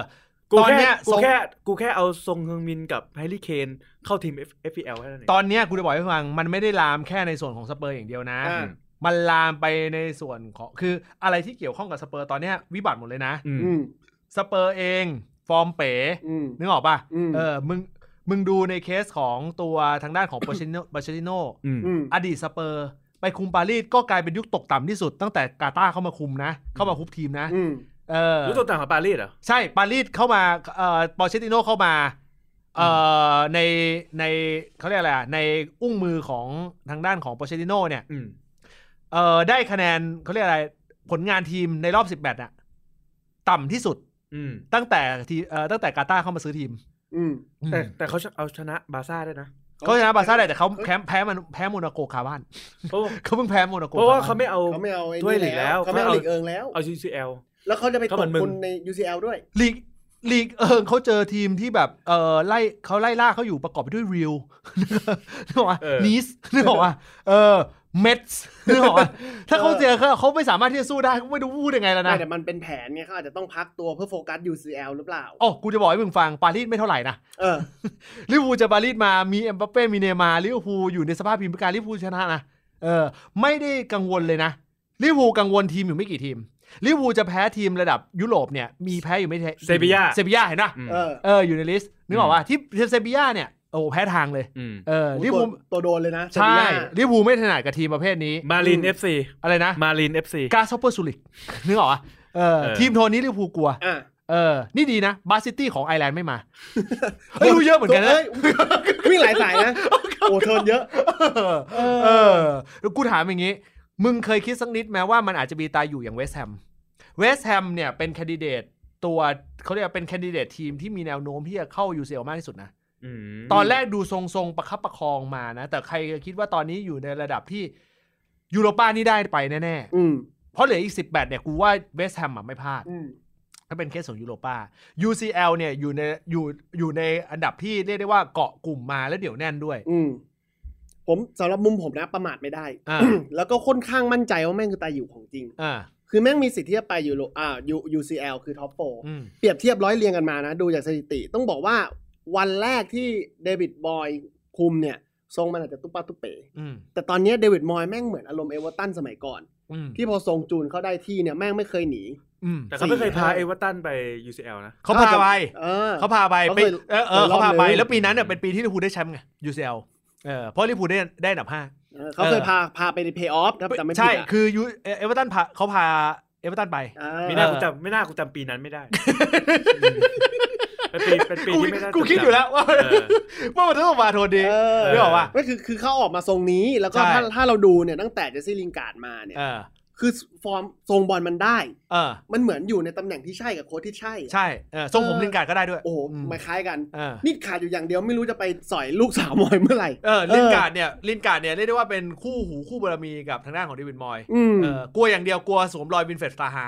กู
ตอน
แค่
เนี้ย
กู
ทรง
แค่กูแค่เอาทรงเฮงมินกับแฮร์รี่เคนเข้าทีม F- FPL ให้นั่นเอง
ตอนเนี้ยกูจะบอกให้ฟังมันไม่ได้ลามแค่ในส่วนของสเปอร์อย่างเดียวนะ
อ่า
มันลามไปในส่วนของคืออะไรที่เกี่ยวข้องกับสเปอร์ตอนเนี้ยวิบัติหมดเลยนะ
อืม
อืม
สเปอร์เองฟอร์มเป๋
อืม
นึกออกป่ะ
อืม
เออมึงมึงดูในเคสของตัวทางด้านของ ปาเชโนปาเชติโน
อืม
อืม
อดีตสเปอร์ ไปคุมปารีสก็กลายเป็นยุคตกต่ำที่สุด ตั้งแต่กาตาร์เข้ามาคุมนะ เข้ามาคุมทีมนะ
อืม
เออ
รู้ตัวต่างของปารีสเหรอ
ใช่ปารีสเข้ามาเอ่อปอเชติโนเข้ามาเอ่อในในเขาเรียกอะไรอะในอุ้งมือของทางด้านของปอเชติโนเนี่ย
อืม
เออได้คะแนนเขาเรียกอะไร ผลงานทีมในรอบ 10แมตช์น่ะต่ำที่สุด
อืม
ตั้งแต่ทีเอ่อตั้งแต่กาตาร์เข้ามาซื้อทีม
อืม
แต่แต่เขาเอาชนะบาร์ซ่าได้วยนะ
เขาชนะบาร์ซ่าได้แต่เขาแพ้แพ้มันแพ้โมนาโกคาบ้าน
เพราะว่า
เขาเพิ่งแพ้โมนาโก
เพราะว่า
คบ้น
เขาไม่เอา
เขาไม่เอาไอ้
ถ้วย
นี่
หลีกแล้ว
เขาไม่เอา
เขาเอา
หลีกเอิงแล้ว
เอา UCL
แล้วเขาจะไป
เขา
ต
เหมื
ก
อนมึง
คุณใน UCL ด้วย
ลีกลีกเอิงเขาเจอทีมที่แบบเออไล่เขาไล่ล่าเขาอยู่ประกอบไปด้วยริว นึกออกว่า
เออ
นีสนึกออกว่าเออเมทส์นึกออกว่าถ้าเขาเจอเขาเขาไม่สามารถที่จะสู้ได้เขาไม่รู้พูดยังไงแล้ว
ไม่
นะ
แต่มันเป็นแผนไงเขาอาจจะต้องพักตัวเพื่อโฟกัส UCL หรือเปล่า
โอ้กูจะบอกให้มึงฟังปารีสไม่เท่าไหร่นะ
เออ
ลิเวอร์พูลจะปารีสมา มีเอ็มบัปเป้ มีเนย์มาร์ลิเวอร์พูลอยู่ในสภาพพิมพ์การลิเวอร์พูลชนะนะ เออ ไม่ได้กังวลเลยนะ ลิเวอร์พูลกังวลทีมอยู่ไม่กี่ทีม ลิเวอร์พูลจะแพ้ทีมระดับยุโรปเนี่ย มีแพ้อยู่ไม่แพ้
เซบีย่า
เซบียาเห็นปะ
อืม
เออ
เออ อยู่ในลิสต์ นึกออกว่าที่เซบียาเนี่ย โอ้โหแพ้ทางเลย
อืม
เออ ลิเวอร์พูล
ตัวโดนเลยนะ
ใช่
เซบีย่า
ลิเวอร์พูลไม่ถนัดกับทีมประเภทนี้
มาริน
อืม
FC
อะไรนะ
มาริน FC
กาซอปเปอร์ซูลิก นึกออกอ่ะเออ
เออ
ทีมโทนนี้ลิเวอร์พูลกลัว
อ่ะ
เออ นี่ดีนะ บาซิตี้ของไอร์แลนด์ไม่มา เฮ้ยดูเยอะเหมือนกันนะ
ฮ้ยวิ่งหลายสายนะ โอ้เทิร์นเยอะ เออ
เออแล้วกูถามอย่างนี้ มึงเคยคิดสักนิดไหมว่ามันอาจจะมีตายอยู่อย่างเวสต์แฮม เวสต์แฮมเนี่ยเป็นแคนดิเดตตัวเขาเรียกว่าเป็นแคนดิเดตทีมที่มีแนวโน้มที่จะเข้า UCL มากที่สุดนะ
อืม
ตอนแรกดูทรงๆ ประคับประคองมานะ แต่ใครจะคิดว่าตอนนี้อยู่ในระดับที่ยูโรป้านี่ได้ไปแน่
อืม
ๆ เพราะเหลืออีก 10แบตช์เนี่ยกูว่าเวสต์แฮมอะไม่พลาด
อืม
ถ้าเป็นเคสของยูโรป้า UCL เนี่ยอยู่ในอยู่อยู่ในอันดับที่เรียกได้ว่าเกาะกลุ่มมาแล้วเดี๋ยวแน่นด้วย
อืม ผมสำหรับมุมผมนะประมาทไม่ได้
อ่า
แล้วก็ค่อนข้างมั่นใจว่าแม่งคือตายอยู่ของจริง
อ่า
คือแม่งมีสิทธิ์ที่จะไปยูโรอ่ายู UCL คือท็อปโฟ
อืม
เปรียบเทียบร้อยเรียงกันมานะ ดูจากสถิติ ต้องบอกว่าวันแรกที่เดวิดบอยคุมเนี่ย ทรงมันอาจจะตุ๊ปะตุ๊เป๋
อืม
แต่ตอนเนี้ยเดวิดมอยแม่งเหมือนอารมณ์เอเวอร์ตันสมัยก่อน
อืม
ที่พอทรงจูนเขาได้ที่เนี่ยแม่งไม่เคยหนี
อืม
แต่เขาไม่เคย
สี่
พา
ห้า
เอเวอร์ตันไป UCL นะ
เขาพาไป
เออ
เขาพาไป
เขา
ไป
เคย
เออเออย
เครอบ
เขาพาไป
หนึ่ง
แล้วปีนั้นเนี่ยเป็นปีที่ลิเวอร์พูลได้แชมป์ไง UCL เออเพราะลิเวอร์พูลได้ได้อันดับห้า
เออเขาเคย
เออ
พาพาไปในเพย์ออฟครับจำไม่ผิด
ใช่
อะ
คือยูเอเอเวอร์ตันพาเขาพาเอเวอร์ตันไป
เออ
ไม่น่า
เออ
กูจำไม่น่ากูจำปีนั้นไม่ได้ เป็นปีเป็นปี
กู
ที่ไม่น่า
กู
จำ
คิดอยู่แล้วว่า
เออ
ว่ามันต้องมาโทนดี
เออ
เรื่องบอกว่า
ไม่คือคือเขาออกมาทรงนี้แล้วก็
ใช่
ถ้าถ้าเราดูเนี่ยตั้งแต่เจสซี่ลิงการ์ดมาเนี่ย
เออ
คือฟอร์มทรงบอลมันได้
เออ
มันเหมือนอยู่ในตำแหน่งที่ใช่กับโค้ชที่ใช่อะ
ใช่เออทรงผมลินการ์ดก็ได้ด้วย
โอ้โห
อืม
มาคล้ายกัน
เออ
นี่ขาดอยู่อย่างเดียวไม่รู้จะไปสอยลูกสาวมอยเมื่อไหร่
เออลินการ์ดเนี่ยลินการ์ดเนี่ยเรียกได้ว่าเป็นคู่หูคู่บารมีกับทางด้านของเดวิดมอย
อืม
เออกลัวอย่างเดียวกลัวสวมรอยวินเฟรดสตาร์ฮา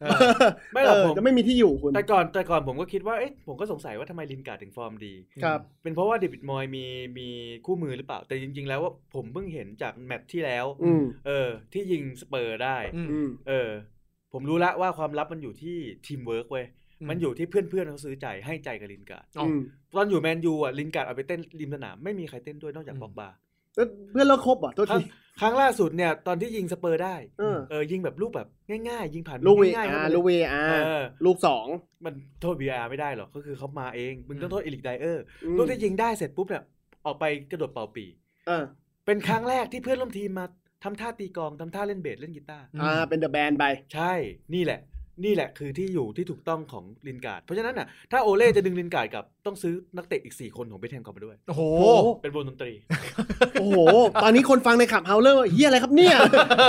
เออ
ไม่หรอกผม
เจะไม่มีที่อยู่คุณ
แต่ก่อนแต่ก่อนผมก็คิดว่าเอ๊ะผมก็สงสัยว่าทำไมลินการ์ดถึงฟอร์มดี
ครับ
เป็นเพราะว่าเดวิดมอยมีมีคู่มือหรือเปล่า แต่จริง ๆ แล้วว่าผมเพิ่งเห็นจากแมตช์ที่แล้ว
อืม
เออ ที่ยิงสเปอร์ได้
อืม
อืม
เออ ผมรู้ละว่าความลับมันอยู่ที่ทีมเวิร์กเว้ย มันอยู่ที่เพื่อนๆเขาซื้อใจให้ใจกับลินการ์ด
อ๋ออื
ม
ตอนอยู่แมนยูอ่ะลินการ์ดเอาไปเต้นริมสนามไม่มีใครเต้นด้วยนอกจากบอกบา
แล้วเพื่อนเลิกคบเหรอ่ะตัว
ครั้
ที
งครั้งล่าสุดเนี่ยตอนที่ยิงสเปอร์ได้
เออ
เออยิงแบบลูกแบบง่าย ๆ ยิงผ่าน
ลูกเว
ง่าย
อา
ๆเข้าไป
ลูกเวอา
เออ
ลูกสอง
มันโทษ VR ไม่ได้หรอกก็คือเขามาเอง มึงต้องโทษเอลิกไดเออร์
อืม
ลูกที่ยิงได้เสร็จปุ๊บเนี่ยออกไปกระโดดเป่าปี
เออ
เป็นครั้งแรกที่เพื่อนร่วมทีมมาทำท่าตีกลองทำท่าเล่นเบสเล่นกีตาร์
อ่าเป็นเดอะแบนไป
ใช่ นี่แหละ นี่แหละคือที่อยู่ที่ถูกต้องของลินการ์ดเพราะฉะนั้นน่ะถ้าโอเล่จะดึงลินการ์ดกลับต้องซื้อนักเตะอีก 4 คนของเบทแฮมกลับมาด้วย
โอ้โห
เป็นวงดนตรี
โอ้โห ตอนนี้คนฟังในขับเฮาเริ่มว่าเฮียอะไรครับ เนี่ย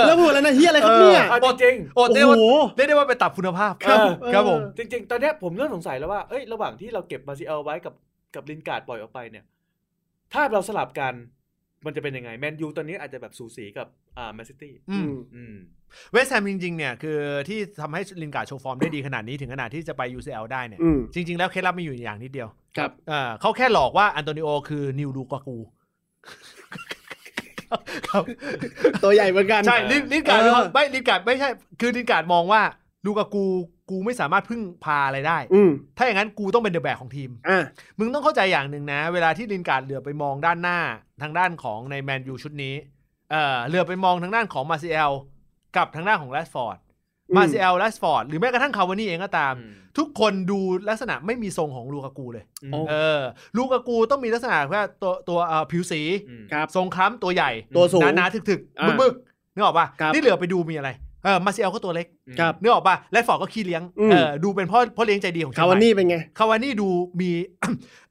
เริ่มพูดแล้วนะเฮียอะไรครับเนี่ย
เ
เอาจริง
โอ้
โอ้
เรียกว่า
โห
เรียกได้ว่าไปตับคุณภาพ
ครับ
ครับผม
ๆจริง ๆ ตอนเนี้ยผมเริ่มสงสัยแล้วว่าเอ้ยระหว่างที่เราเก็บมาซิเอลไว้กับกับลินการ์ดปล่อยออกไปเนี่ย ถ้าเราสลับกันมันจะเป็นยังไงแมนยูตอนนี้อาจจะแบบสูสีกับอ่าแมนซิตี้
อืม
อืม
เวสต์แฮมจริงๆเนี่ยคือที่ทำให้ลินการ์ดโชว์ฟอร์มได้ดีขนาดนี้ถึงขนาดที่จะไป UCL ได้เนี่ย
อืม
จริงๆแล้วเคล็ดลับมีอยู่อย่างนิดเดียว
ครับ
เอ่อเขาแค่หลอกว่าอันโตนิโอคือนิวดูกากู ครับ
ตัวใหญ่เหมือนกัน
ใช่ ลินลินการ์ด
เออ
ไม่ลินการ์ดไม่ใช่ คือลินการ์ดมองว่าลูกากูกูไม่สามารถพึ่งพาอะไรได้
อืม
ถ้าอย่างนั้นกูต้องเป็นเดอะแบกของทีม
อ่ะ
มึงต้องเข้าใจอย่างหนึ่งนะ เวลาที่ลินการ์ดเหลือบไปมองด้านหน้าทางด้านของในแมนยูชุดนี้เอ่อเหลือบไปมองทางด้านของมาซิเอลกับทางด้านของแรชฟอร์ด มาซิเอลแรชฟอร์ด หรือแม้กระทั่งคาวานี่เองก็ตาม ทุกคนดูลักษณะไม่มีทรงของลูกากูเลย
โอ้
เออ ลูกากูต้องมีลักษณะว่าตัวตัวเอ่อผิวสี
อืม
ครับ
ทรงคล้ำตัวใหญ่
ตัวสูง
หนาหนาๆถึก
อ่า
ๆ บึกๆนึกออกป่ะ
ครับ
นี่เหลือไปดูมีอะไรเออมาซิเอลก็ตัวเล็ก
อืม
ครับ
นึกออกป่ะแรชฟอร์ดก็ขี้เลี้ยง
อืม
เออดูเป็นพ่อพ่อเลี้ยงใจดีของเชีย
คาง
ให
วา
ม่
นี่เป็นไง
คาวานี่ดูมี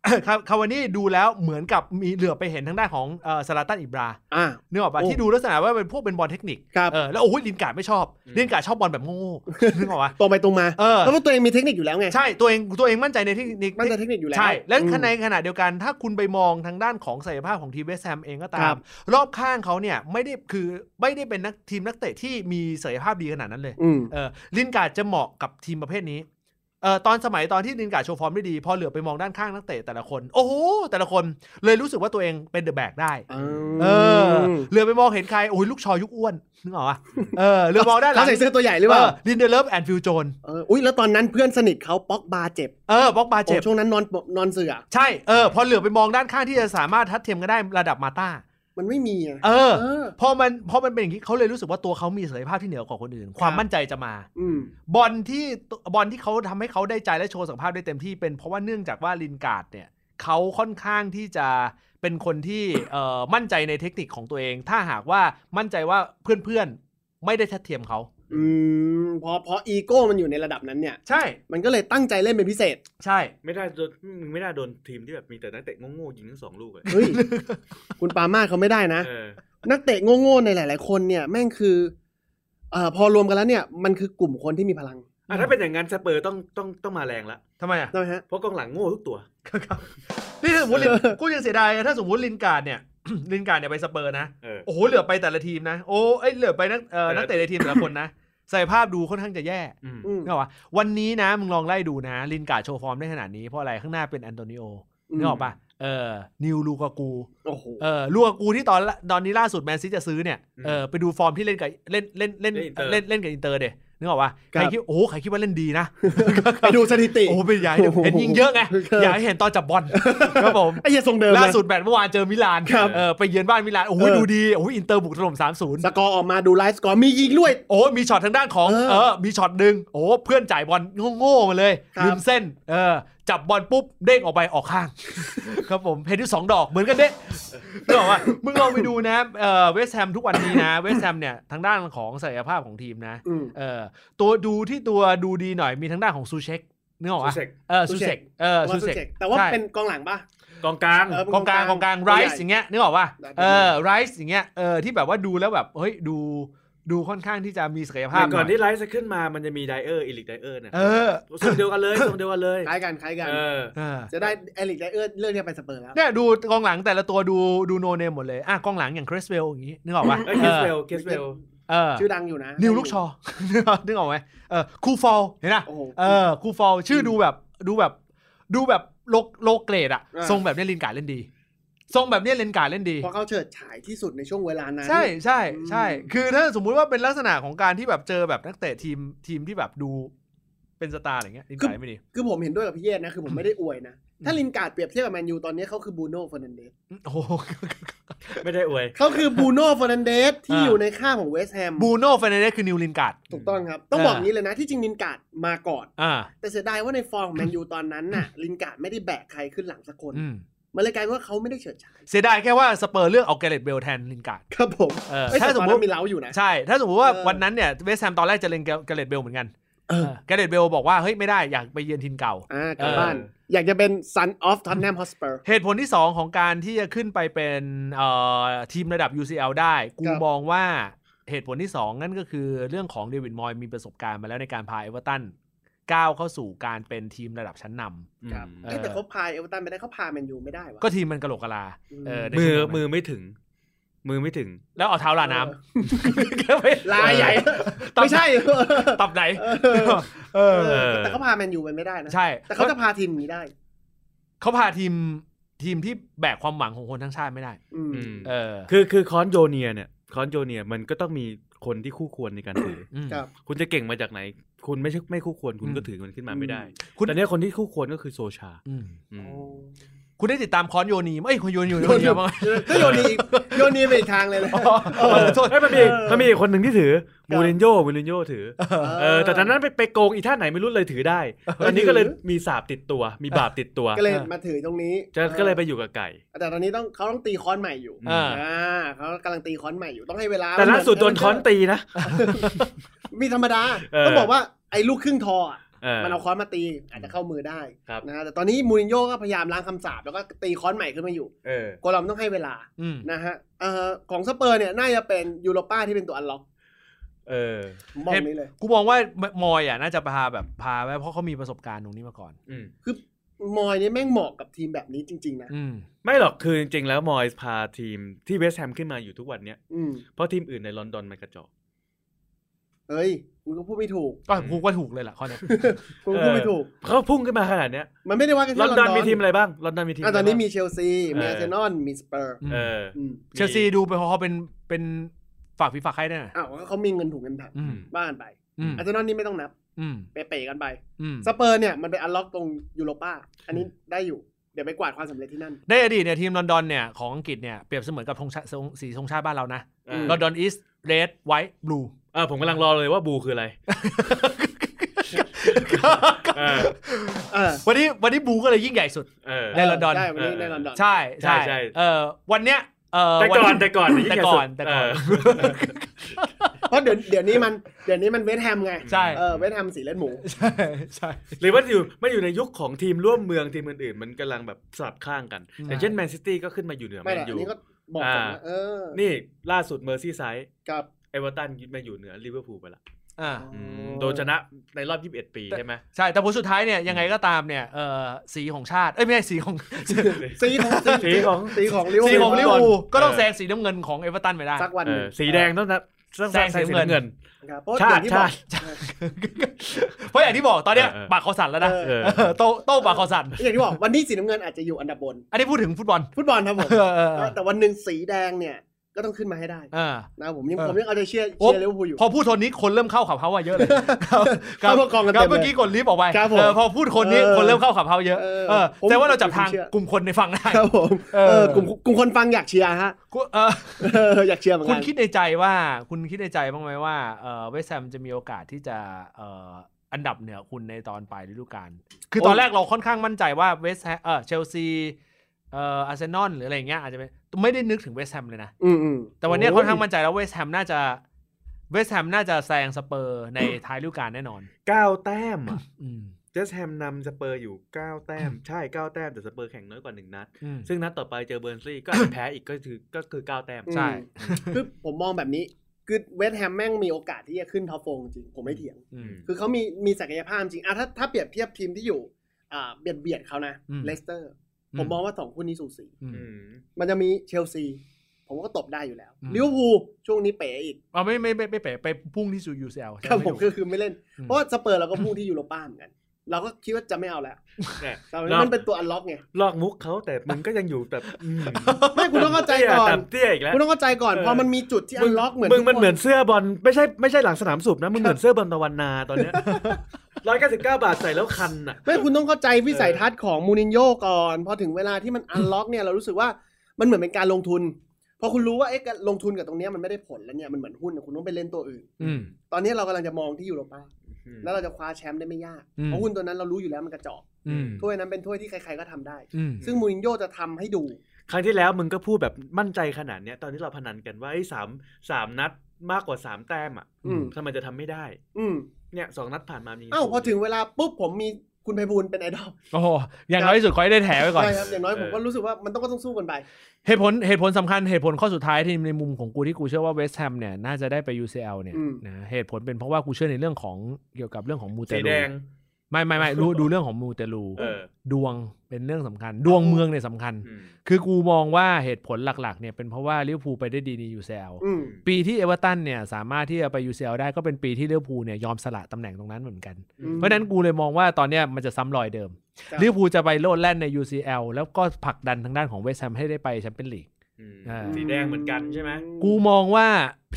คาคาวานี่ดูแล้วเหมือนกับมีเหลือไปเห็นทางด้านของเอ่อซาลาตันอิบรา
อ่ะ
เนื้อออกปะ
โอ้
ที่ดูลักษณะว่าเป็นพวกเป็นบอลเทคนิค
ครับ
เออแล้วโอ้ยลินการ์ดไม่ชอบ
อืม
ลินการ์ดชอบบอลแบบโง่ๆนึกออกปะ
ตรงไปตรงมา
เออ
แล้วพวกตัวเองมีเทคนิคอยู่แล้วไง
ใช่ตัวเองตัวเองมั่นใจในเทคนิค
มันจะเทคนิคอยู่แล้ว
ใช่ แล้ว
อืม
ในขณะเดียวกัน ถ้าคุณไปมองทางด้านของศักยภาพของทีมเวสต์แฮมเองก็ตา
ครั
ม
บ
รอบข้างเขาเนี่ยไม่ได้คือไม่ได้เป็นนักทีมนักเตะที่มีศักยภาพดีขนาดนั้นเลย
อืม
เออลินการ์ดจะเหมาะกับทีมประเภทนี้เออตอนสมัยตอนที่ลินการ์ดโชว์ฟอร์มได้ดี พอเหลือไปมองด้านข้างนักเตะแต่ละคน โอ้โห แต่ละคนเลยรู้สึกว่าตัวเองเป็นเดอะแบกได้ เออเหลือไปมองเห็นใคร โอ้ยลูกชอยุคอ้วนนึกออกปะเออเหลือมองด้านหลั
เขา
ง
ใส่เสื้อตัวใหญ่หรือเปล่า
ลินเดเลิฟแอนด์ฟิลโจน
เอออุ้ยแล้วตอนนั้นเพื่อนสนิทเขาป๊อกบาเจ็บ
เออบล็อกบาเจ็บ
โอ้ช่วงนั้นนอนนอนเสือ
ใช่ เออ พอเหลือไปมองด้านข้างที่จะสามารถทัดเทียมกันได้ระดับมาต้า
มันไม่มีอะ
เออ
เออ
พอมันพอมันเป็นอย่างนี้เขาเลยรู้สึกว่าตัวเขามีศักยภาพที่เหนือกว่าคนอื่น ความ
ครับ
มั่นใจจะมา
อืม
บอลที่บอลที่เขาทำให้เขาได้ใจและโชว์สัมภาพได้เต็มที่เป็นเพราะว่าเนื่องจากว่าลินการ์ดเนี่ยเขาค่อนข้างที่จะเป็นคนที่ เอ่อมั่นใจในเทคนิคของตัวเอง ถ้าหากว่ามั่นใจว่าเพื่อนๆ ไม่ได้ทัดเทียมเขา
อืมพอพออีโก้มันอยู่ในระดับนั้นเนี่ย
ใช่
มันก็เลยตั้งใจเล่นเป็นพิเศษ
ใช่
ไม่ได้โดนมึงไม่ได้โดนทีมที่แบบมีแต่นักเตะโง่ๆยิงทั้งสองลูกเลย
เฮ้ย คุณปามาสเขาไม่ได้นะ
เออ
นักเตะโง่ๆในหลาย ๆ คนเนี่ย แม่งคือเอ่อพอรวมกันแล้วเนี่ย มันคือกลุ่มคนที่มีพลัง
อ่ะถ้าเป็นอย่างนั้นสเปอร์ต้องต้องต้องมาแรงละ
ทำไมอ่ะ
ใช่ไหมฮะ
เพราะกองหลังโง่ทุกตัว
ครับนี่ถ้าสมมติลินกูยังเสียดายอะถ้าสมมติลินการ์ดเนี่ย ลินการ์ดเนี่ยไปสเปอร์นะ
เออ
โอ้โหเหลือไปแต่ละทีมนะ โอ้เอ้ยเหลือไปนักเอ่อ
เออ
นักเตะในทีมแต่ละคนนะ ใส่ภาพดูค่อนข้างจะแย่
อืม
อืม
นึกออกปะวันนี้นะมึงลองไล่ดูนะ ลินการ์ดโชว์ฟอร์มได้ขนาดนี้เพราะอะไรข้างหน้าเป็นอันโตนิโอนึกออกปะเออนิวลูกากู
โอ้โห
เออลูกากูที่ตอนละตอนนี้ล่าสุดแมนซิจะซื้อเนี่ยเออไปดูฟอร์มที่เล่นกับเล่นเล่นเล่นเล่นเล่นกับอินเตอร์เด นึกออกปะ
ครั
ใค
บ
รคิดโอ้โหใครคิดว่าเล่นดีนะ
ไปดูสถิติ
โอ้โหเป็นอยากให้เห็นยิงเยอะไง
ครับ
อยากให้เห็นตอนจับบอลครับผม
ไอ้เหี้ยทรงเดิมนะ
ล่าสุดแมตช์เมื่อวานเจอมิลาน
ครับ
เออไปเยือนบ้านมิลาน โอ้โห
เออ
ดูดี โอ้โหอินเตอร์บุกถล่ม 3-0
สกอร์ออกมาดูไลฟ์สกอร์มียิงด้วย
โอ้มีช็อตทางด้านของ
เออ
เออมีช็อตหนึ่งโอ้เพื่อนจ่ายบอลโง่ๆมาเลย
ครับ
ลืมเส้นเออจับบอลปุ๊บเด้งออกไปออก ข้าง ครับผมเพนที่สองดอกเหมือนกันเด้นึกออกว่ามึงลองไปดูนะเออเวสแฮมทุกวันนี้นะเวสแฮมเนี่ยทางด้านของศักยภาพของทีมนะ
อืม
เออตัวดูที่ตัวดูดีหน่อยมีทางด้านของซูเชกนึกออก
ซู
อ่ะ
เซก
เออซูเชกเออซูเชก
แต่ว่า
ใช่
เป็นกองหลังปะ
กองกลาง
เออ
กองกลางกองกลางไร
ใหญ่
ซ์อย่างเงี้ยนึกออกป่ะ
ได้เป็น
เออไรซ์อย่างเงี้ยเออที่แบบว่าดูแล้วแบบเฮ้ยดูดูค่อนข้างที่จะมีศักยภาพ
ก่อน
หย
ที่ไลฟ์จะขึ้นมามันจะมีไดเออร์อีลิกไดเออร์นะ
เออ
ทรงเดียวกันเลยทรงเดียวกันเลย
คล้ายกันคล้ายกัน
เออ
เออ
จะได้เอลิกไดเออร์เรื่องที่จะไปสเปอร์แล้ว
เนี่ยดูกองหลังแต่ละตัวดูดูโนเนมหมดเลยอ่ะกองหลังอย่างคริสเวลอย่างงี้นึกออกปะ
เอ้ยเคสเวลเคสเวล
เออ
ชื่อดังอยู่นะ
นิวลูกชอ นึกออกไหมเออคูฟอลเห็นนะ
โอ้โห
เออคูฟอลชื่อดูแบบดูแบบดูแบบโลโลเกรดอะ
อ่า
ทรงแบบเนี้ยลินการดเล่นดี ทรงแบบเนี้ยลินการดเล่นดี
เพราะเขาเฉิดฉายที่สุดในช่วงเวลานั้น
ใช่ใช่ใช่
อืม
คือถ้าสมมุติว่าเป็นลักษณะของการที่แบบเจอแบบนักเตะทีมทีมที่แบบดูเป็นสตาร์อะไรเงี้ยลินการดไม่ดี
คือผมเห็นด้วยกับพี่เยศนะ คือผมไม่ได้อวยนะ ถ้าลินการ์ดเปรียบเทียบกับแมนยูตอนนี้เขาคือบูโน่เฟอร์นันเดส
โอ้โห
ไม่ได้อวย
เขา คือบูโน่เฟอร์นันเดสที่อยู่ในค่ายของเวสต์แฮม
บูโน่เฟเนเดสคือนิวลินการ์ด
ถูกต้องครับ ต้องบอกนี้เลยนะที่จริงลินการ์ดมาก่อน
อ่า
แต่เสียดายว่าในฟอร์มแมนยูตอนนั้นน่ะลินการ์ดไม่ได้แบกใครขึ้นหลังสักคน
อืม
มันเลยกลายเป็นว่าเขาไม่ได้เฉิดฉาย
เสียดายแค่ว่าสเปอร์เลือกเอาเกเรตเบลแทนลินการ์ด
ครับผม
เออ
เอ้ย
ถ้าสมมติ
แตอนนั้นมีเล้าอยู่นะ
ใช่ ถ้าสมมติว่า
เออ
วันนั้นเนี่ยเวสแฮมตอนแรกจะเล่นเกเรตเบลเหมือนกัน
เออ
เกเรตเบลบอกว่าเฮ้ยไม่ได้อยากไปเยือนทีมเก่า
อ่ากลับ
เออ
บ้าน อยากจะเป็น son of Tottenham Hotspur
เหตุผลที่ 2 ของการที่จะขึ้นไปเป็นเอ่อทีมระดับ UCL ได้ กู
ครับ
มองว่าเหตุผลที่ 2 นั่นก็คือเรื่องของเดวิดมอยมีประสบการณ์มาแล้วในการพาเอเวอร์ตันก้าวเข้าสู่การเป็นทีมระดับชั้นนำ
ครับ
เออ
เอ้ยแต่เขาพาเอเวอร์ตันไปได้เขาพาแมนยูไม่ได้วะ
ก็ทีมมันกระโหลกกะลา
อืม
เใน
มือ
ช่วงนั้น
มือไม่ถึง มือไม่ถึง
แล้วเอาเท้าลาน้ำ
ลายใหญ่ ไม่ใช่
ตับไหน
เออ
เออ
เออแต่เขาพาแมนยูไปไม่ได้นะ
ใช่
แต่เขาจะพาทีมนี้ได้
เขาพาทีมทีมที่แบกความหวังของคนทั้งชาติไม่ได้
อืม
อืม
เออ
คือคือคอนโยเนียเนี่ยคอนโยเนียมันก็ต้องมีคนที่คู่ควรในการถือ
ม
ครับ
คุณจะเก่งมาจากไหน คุณไม่ใช่ไม่คู่ควรคุณก็ถือมันขึ้นมาไม่ได้
คุณ
แต่เนี้ยคนที่คู่ควรก็คือโซชา
อืม
อืม
คุณได้ติดตามคอนโยนีมเอ้ยคอนโยนีโย
โยนี
นีบ้างไหม
ก็โยนีอีกโยนีไปอีกทางเลยนะ
เออโทษ
เอ้ยมันมีมันมีอีกคนหนึ่งที่ถือมูรินโญ่มูรินโญ่ถือเออแต่ตอนนั้นไปไปโกงอีท่าไหนไม่รู้เลยถือได้ ตอนนี้ก็เลย
ถือ
มีสาบติดตัว มีบาปติดตัว
ก็เลยมาถือตรงนี้
จะก็เลยไปอยู่กับไก่
แต่ตอนนี้ต้องเขาต้องตีค้อนใหม่อยู่
เออ
อ่าเขากำลังตีค้อนใหม่อยู่ต้องให้เวลา
แต่ล่าสุดโดนค้อนตีนะ
มีธรรมดา
เออ
ต้องบอกว่าไอ้ลูกครึ่งทออะ
เออ
มันเอาค้อนมาตีอาจจะเข้ามือได้
ครับ
นะแต่ตอนนี้มูรินโญ่ก็พยายามล้างคำสาปแล้วก็ตีค้อนใหม่ขึ้นมาอยู่
เออ
โกลอมต้องให้เวลา
อืม
นะฮะเอ่อของสเปอร์เนี่ยน่าจะเป็นยูโรป้าที่เป็นตัวอันล็อก
เออ
ผมบอกนี้เลย
กูมองว่ามอยอ่ะน่าจะพาแบบพาไว้เพราะเขามีประสบการณ์ตรงนี้มาก่อน
อืม
มอยนี่แม่งเหมาะกับทีมแบบนี้จริง ๆ นะ
อืม
ไม่หรอกคือจริงๆแล้วมอยส์พาทีมที่เวสต์แฮมขึ้นมาอยู่ทุกวันเนี้ย
อืม
เพราะทีมอื่นในลอนดอนมันกระจอก
เฮ้ยคุณก็พูดไม่ถูก
ก็กูว่าถูกเลยล่ะข้อเนี้ย
คุณ
เออ
พูดไม่ถูก
เขาพุ่งขึ้นมาขนาดเนี้ย
มันไม่ได้ว่ากัน
ล
แค่
อนดอนมีทีมอะไรบ้างลอนดอนมีทีม
อ่ะ
อะ
ต
ไร
อ
บ้าน ง
นี้มีเชลซี มี
เออ
อาร์เซนอล มีสเปอร์
เออ
อืม
เชลซีดูไปเพราะเขาเป็นเป็นฝากผีฝากใครได้น่ะ
อ้าวก็เขามีเงินถุงเงินถัง
อืม
บ้ากันไป
อืม
อาร์เซนอลนี่ไม่ต้องนับ
อืม
เป๋ๆกันไป
อืม
สเปอร์เนี่ยมันไปอันล็อกตรงยูโรป้า อันนี้ได้อยู่ เดี๋ยวไปกวาดความสำเร็จที่นั่น
ในอดีตเนี่ยทีมลอนดอนเนี่ยของอังกฤษเนี่ยเปรียบเสมือนกับธงชาติทรงสีธงชาติบ้านเรานะ
เออ
ลอนดอนอีสเรดไวท์บลู
เออผมกำลังรอเลยว่าบูคืออะไร เออ
เออ
วันนี้วันนี้บลูก็เลยยิ่งใหญ่สุด
เออ
ในลอนดอน
ได้วันนี้ในลอนดอน
ใช่ใช่
ใช่ใช่
เออวันเนี้ยเออ
แต่
วั
ก่อนแต่ก่อนยิ่ง
แต่
ใหญ่
ก่
สุ
อ
ด
นแต่ก่อน
เออ
เพราะเดี๋ยวเดี๋ยวนี้มันเดี๋ยวนี้มันเวสต์แฮมไง
ใช่
เออเวสต์แฮมสีเลือดหมู
ใช่ใช่
หรือว่าอยู่ไม่อยู่ในยุคของทีมร่วมเมืองทีมอื่นๆ มันกำลังแบบสลับข้างกัน
อืม
อย่างเช่นแมนซิตี้ก็ขึ้นมาอยู่เหนือแม
ไม่
น
แต่อั
ยู
นนี้ก็บอกก่อน
อ่า
นะเออ
นี่ล่าสุดเมอร์ซี่ไซด์
กับ
เอเวอร์ตันมาอยู่เหนือลิเวอร์พูลไปละ
อ่า
โดยชนะในรอบ 21 ปีใช่ไหม
ใช่แต่ผลสุดท้ายเนี่ยยังไงก็ตามเนี่ยเออสีของชาติเอ้ยไม่ใช่สีของ
สีของ
สีของ
สีของลิเวอร์
สี
พูล
ของลิเวอร์พูลก็ต้อง
เออ
แซงสีน้ำเงินของเอเวอร์ตันไปได้
สักวันห
เอ
นึ่
อง สีแดงต้องนะต้องแซง
แซงสี
สี
น้ำ
น้ำ
เงิ
เงิ
น
น
ครับเพราะ
ชาติ
อย่างที่บอก
ชาติ
เพราะอย่างที่บอกตอนเนี้ย
เออเออ
ปากคอสั่นแล้วนะ
เออ
เออโต้โต้ปากคอสั่น
อย่างที่บอกวันนี้สีน้ำเงินอาจจะอยู่อันดับบน
อันนี้พูดถึงฟุตบอล
ฟุตบอลครับผม
เออเออ
แต่วันหนึ่งสีแดงเนี่ย ก็ต้องขึ้นมาให้ได้
อ่า
นะครับผมยัง
เออ
ผมยังเอาใจเชียร์
โอ๊ะ
เชียร์ลิเวอร์พูลอยู่
พอพูดโทนนี้คนเริ่มเข้าขับเฮาส์อะเยอะเลยครับ
เข้ามากองกันเต็มเลย
เมื่อกี้กดลิฟต์ออกไป
ครับผม
เออพอพูดคนนี้
เออ
คนเริ่มเข้าขับเฮาส์เยอะ
เออ
เออ
ผม
แต่ว่าเราจับทาง
ผมเชื่อ
กลุ่มคนในฟังได้
ครับผม
เออ
เออกลุ่มกลุ่มคนฟังอยากเชียร์ฮะ
กูเออ
เอออยากเชียร์เหมือน
คุ
กั
ณ
น
คิดในใจว่า คุณคิดในใจบ้างไหมว่าเออเวสแฮมจะมีโอกาสที่จะเอออันดับเหนือคุณในตอนปลายฤดูกาลคือตอนแรกเราค่อนข้างมั่นใจว่าเวสแฮมเออเชลซีเอออาร์เซนอลหรืออะไรอย่างเงี้ยอาจจะเป็นไม่ได้นึกถึงเวสแฮมเลยนะ
อืมอืม
แต่วันเนี้ย
โย
ค่อนข้างมั่นใจแล้วเวสแฮมน่าจะเวสแฮมน่าจะแซงสเปอร์ในท้ายฤดูกาลแน่นอน
เก้าแต้มอะ
อืม
เจสแฮมนำสเปอร์อยู่เก้าแต้ม ใช่เก้าแต้มแต่สเปอร์แข่งน้อยกว่าหนึ่งนัด
อืม
ซึ่งนัดต่อไปเจอเบอร์นลี่ก็อาจจะแพ้อีกก็คือก็คือเก้าแต้ม
ใช่
คือผมมองแบบนี้ คือเวสต์แฮมแม่งมีโอกาสที่จะขึ้นท็อปโฟร์จริงผมไม่เถียง
อืม
คือเขามีมีศักยภาพจริงอ่ะถ้าถ้าเปรียบเทียบทีมที่อยู่ อ่าเบียดเบียดเขานะ
อืม
เลสเตอร์ ผมมองว่าสองคู่นี้สูสี
อืม
อืม
มันจะมีเชลซี ผมก็ตบได้อยู่แล้ว
อืม
ลิเวอร์พูลช่วงนี้เป๋อีก
เอาไม่ไม่ไม่ไม่เป๋ไปพุ่งที่ซูยูเซล
ครับผมคือคือไม่เล่น เพราะว่าสเปอร์เราก็พุ่งที่ยูโรป้าเหมือนกัน เราก็คิดว่าจะไม่เอาแล้ว
เนี่ย
แต่มันเป็นตัวอันล็อกไง
ลอกมุกเขาแต่มึงก็ยังอยู่ แบบอืม
ไม่คุณต้องเข้าใจก่อน
เตี้ยต่ำเตี้ยอีกแล้ว
คุณต้องเข้าใจก่อน
เออ
พอมันมีจุดที่อันล็อกเหมือน
มึงมัน
ทุกค
เหมือนเสื้อบอลไม่ใช่ไม่ใช่หลังสนามสูบนะมึงเหมือนเสื้อบอลตะวันนาต อนเนี้ยร้อยเก้าสิบเก้าบาทใส่แล้วคันอ่ะ
ไม่คุณต้องเข้าใจวิสัยทัศน์ของมูรินโญ่ก่อนพอถึงเวลาที่มันอันล็อกเนี่ยเรารู้สึกว่ามันเหมือนเป็นการลงทุน พอคุณรู้ว่าเอ๊ะการลงทุนกับตรงเนี้ยมันไม่ได้ผลแล้วเนี่ยมันเหมือนหุ้นคุณต้องไปเล่นตัวอื่น
อืม
ตอนนี้เรากำลังจะมองที่ยูโรป้าแล้วเราจะคว้าแชมป์ได้ไม่ยาก
อืม
เพราะหุ้นตัวนั้นเรารู้อยู่แล้วมันกระจอก
อืม
ถ้วยนั้นเป็นถ้วยที่ใครๆก็ทำได้
อืม
ซึ่งมูรินโญ่จะทำให้ดู
ครั้งที่แล้วมึงก็พูดแบบมั่นใจขนาดเนี้ย ตอนนี้เราพนันกันว่าไอ้สามสามนัดมากกว่าสามแต้มอ่ะ
อืม
ทำไมจะทำไม่ได้
อืม
เนี่ยสองนัดผ่านมามี
อ้าวพอถึงเวลาปุ๊บผมมีคุณไพบูลย์เป็นไอดอล
โอ้โหอย่างน้อยที่สุดขอให้ได้แถไว้ก่อน
ใช่ครับอย่างน้อยผมก็รู้สึกว่ามันต้องก็ต้องสู้กันไป
เหตุผลเหตุผลสำคัญเหตุผลข้อสุดท้ายที่ในมุมของกูที่กูเชื่อว่าเวสแฮมเนี่ยน่าจะได้ไป UCL เนี่ย
อืม
นะเหตุผลเป็นเพราะว่ากูเชื่อในเรื่องของเกี่ยวกับเรื่องของมูเต
สี
ลู
แดง
ไม่ไม่ไม่รู้ดูเรื่องของมูเตลู
เออ
ดวงเป็นเรื่องสำคัญ ดวงเมืองเนี่ยสำคัญ
อืม
คือกูมองว่าเหตุผลหลักๆเนี่ยเป็นเพราะว่าลิเวอร์พูลไปได้ดีใน UCL
อืม
ปีที่เอเวอร์ตันเนี่ยสามารถที่จะไป UCL ได้ก็เป็นปีที่ลิเวอร์พูลเนี่ยยอมสละตำแหน่งตรงนั้นเหมือนกัน
อืม
เพราะฉะนั้นกูเลยมองว่าตอนเนี้ยมันจะซ้ำรอยเดิม
ครับ
ลิเวอร์พูลจะไปโลดแล่นใน UCL แล้วก็ผลักดันทางด้านของเวสต์แฮมให้ได้ไปแชมเปี้ยนลีก
อืม
อ่า
สีแดงเหมือนกันใช่ไหม
กูมองว่า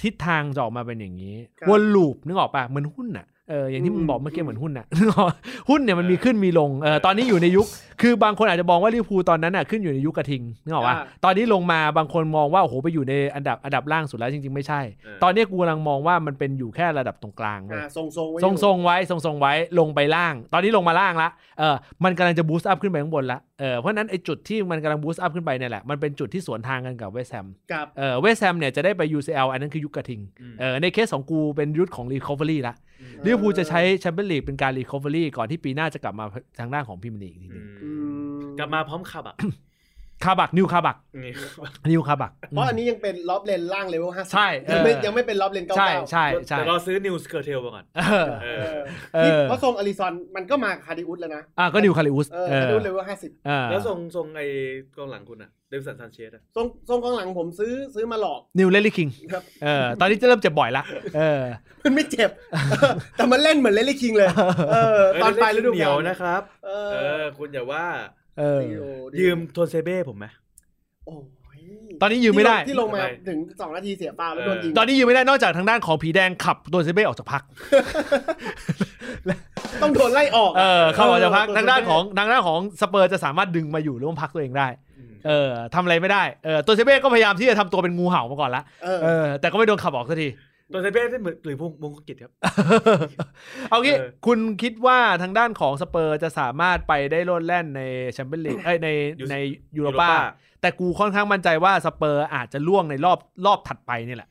ทิศทางจะออกมาเป็นอย่างนี้
ครับ
วนลูปนึกออกปะเหมือนหุ้นน่ะเอออย่างที่มึง
อืม
บอกเมื่อกี้เหมือนหุ้นน่ะ นึกออกปะหุ้นเนี่ยมันมีขึ้นมีลงเออตอนนี้อยู่ในยุค คือบางคนอาจจะมองว่าลิเวอร์พูลตอนนั้นน่ะขึ้นอยู่ในยุคกระทิงนึกออกปะตอนนี้ลงมาบางคนมองว่าโอ้โหไปอยู่ในอันดับอันดับล่างสุดแล้วจริงๆไม่ใช่
เออ
ตอนเนี้ยกูกำลังมองว่ามันเป็นอยู่แค่ระดับตรงกลางเลย
อ่าทรงๆไว้อ
ทร
ยู่
งทรงๆไว้ทรงทรงๆไว้ลงไปล่าง ตอนนี้ลงมาล่างละเออมันกำลังจะบูสต์อัพขึ้นไปข้างบนละเออเพราะฉะนั้นไอ้จุดที่มันกำลังบูสต์อัพขึ้นไปเนี่ยแหละมันเป็นจุดที่สวนทางกันกับเวสแฮม
ครับ
เออเวสแฮมเนี่ยจะได้ไป UCL อันนั้นคือยุคกระทิง
อืม
เออในเคสของกูเป็นยุคของ Recovery ละลิเวอร์พูลจะใช้แชมเปี้ยนลีกเป็นการ Recovery ก่อนที่ปีหน้าจะกลับมาทางด้านของพรีเมียร์ลีกอีกทีหนึง
อืม
กลับมาพร้อมขับอ่ะ
คาบักนิวคาบัก
นี่
นิวคาบัก
เพราะอันนี้ยังเป็นล็อบเลนล่างเลเวลห้าสิบ
ใช่เออ
ยังไม่ยังไม่เป็นล็อบเลนเก้า
ใช่
เก้า
ใช่ใช่
แต่เราซื้อนิวสเกอร์เทลมาก่อน
เออ
เอ
เออ
อ
เออ
นี่เพราะทรงอลิซอนมันก็มาคาร์ดิอุสแล้วนะ
อ่ะก็นิวคาริอุส
เออ
เอ
คาร์
อ
ดิอุสเลเวลห้าสิบ
เออ
แล้วทรงทรงไอ้กองหลังคุณอ่ะเดวิสันซานเชสอ่ะ
ทรงทรงกองหลังผมซื้อซื้อมาหลอก
นิวเลลลี่คิง
ครับ
เออตอนนี้จะเริ่มเจ็บบ่อยละเออ
มันไม่เจ็บ แต่มันเล่นเหมือนเลลี่คิงเลย เออ ตอนปลายฤดู
เล่นเหนีย
กาว ล
นะครับ
เอ
เอ
อ
อ คุณอย่าว่า
เออ
ดีโอดี
ยืมโทนเซเบ้ผมไหม
โอ้ย
ตอนนี้ยืมไม่ได้
ที่ลงมา
ไม่
ถึงสองนาทีเสียเปล่าแล้ว
เออ
โดนยิง
ตอนนี้ยืนไม่ได้นอกจากทางด้านของผีแดงขับตัวเซเบ้ออกจากพัก
ต้องโดนไล่ออก
เออเข้าออกจากพัก
เ
ทางด้านของทางด้านของสเปอร์จะสามารถดึงมาอยู่ร่วมพักตัวเองได้ เออทำอะไรไม่ได้เออตัวเซเบ้ก็พยายามที่จะทำตัวเป็นงูเห่ามาก่อนละ
เออ
เออแต่ก็ไม่โดนขับออกสักที
โทนเซเบ้ได้เหมือนหรือพงมงคลกิจครับ
เอางี้
เออ
คุณคิดว่าทางด้านของสเปอร์จะสามารถไปได้โลดแล่นในแชมเปี้ยนลีกเอ้ยในในยูโรปาแต่กูค่อนข้างมั่นใจว่าสเปอร์อาจจะล่วงในรอบรอบถัดไปนี่แหละ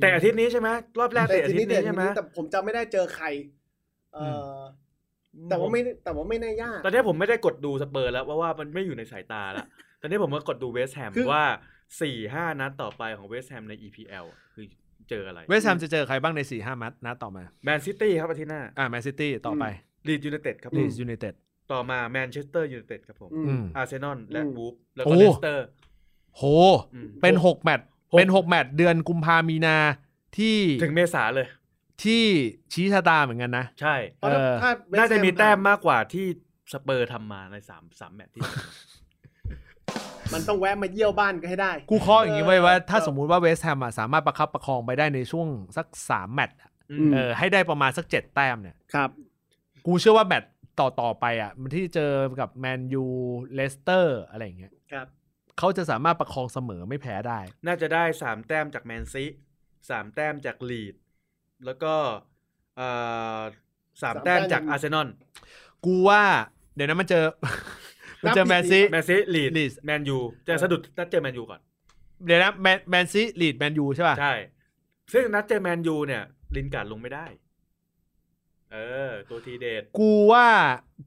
แต่อาทิตย์นี้ใช่ไหมรอบแรก
แต่
แต่อา
ที
ทิต
นี้
ย์
เดี๋ย
นี้
ว
ใช่ไหม
นี้แต่ผมจำไม่ได้เจอใคร เอออแต่ว่าไม่แต่ว่าไม่น่ายาก
ตอนนี้ผมไม่ได้กดดูสเปอร์แล้วเพราะว่ามันไม่อยู่ในสายตาละตอนนี้ผมก็กดดูเวสแฮม
คือ
ว่าสี่ห้านัดต่อไปของเวสแฮมใน EPL คือเจออะไร
เวสต์แฮมจะเจอใครบ้างใน4ี่ห้านัดนัดต่อมา
แมนซิตี้ครับอาทิตย์หน้า
อ่าแมนซิตี้ต่อไป
ลีดยูไนเต็ดครับผ
ลี
ม
สยูไนเต็ด
ต่อมาแมนเชสเตอร์ยูไนเต็ดครับผม
อืม
อืม
อาร์เซนอลและ
อืม
วูฟแล้ว
โอ้
ก็เลสเตอร์
โห
อืม
เป็น
ห
ห
ก
กแมตช์
หก
เป็นหกแมตช์เดือนกุมภามีนาที่
ถึงเมษาเลย
ที่ชี้ชะตาเหมือนกันนะ
ใช่
เพราะถ้า
เออ
ถ้เวส
น่าจะมีแต้ม
ฮ
มากกว่าที่สเปอร์ทำมาในสามสามแมตช์ที่
มันต้องแวะมาเยี่ยวบ้านก็ให้ได้
กูเคาะอย่างนี้ไว้ว่าถ้า
เออ
สมมุติว่าเวสต์แฮมอะสามารถประคับประคองไปได้ในช่วงสักสามแมตช์อะ
อื
อื
ม
ม
เออให้ได้ประมาณสักเจ็ดแต้มเนี่ย
ครับ
กูเชื่อว่าแมตช์ต่อต่อๆไปอ่ะ มันที่เจอกับแมนยูเลสเตอร์อะไรอย่างเงี้ย
ครับ
เขาจะสามารถประคองเสมอไม่แพ้ได้
น่าจะได้สามแต้มจากแมนซีสามแต้มจากลีด แล้วก็เอ่อสาม
สามแต้
แต้
ม
มจาก
จาก
อาร์เซนอล
กูว่าเดี๋ยวนะมันเจอ มันเจอแมนซี
แมนซีลีด
Leeds
แมนยูจะสะดุดนัดเจอแมนยูก่อน
เดี๋ยวนะแมนแมนซีลีดแมนยูใช่ป่ะ
ใช่ ซึ่งนัดเจอแมนยูเนี่ย ลินการ์ดลงไม่ได้ เออ ตัวทีเด็ด
กูว่า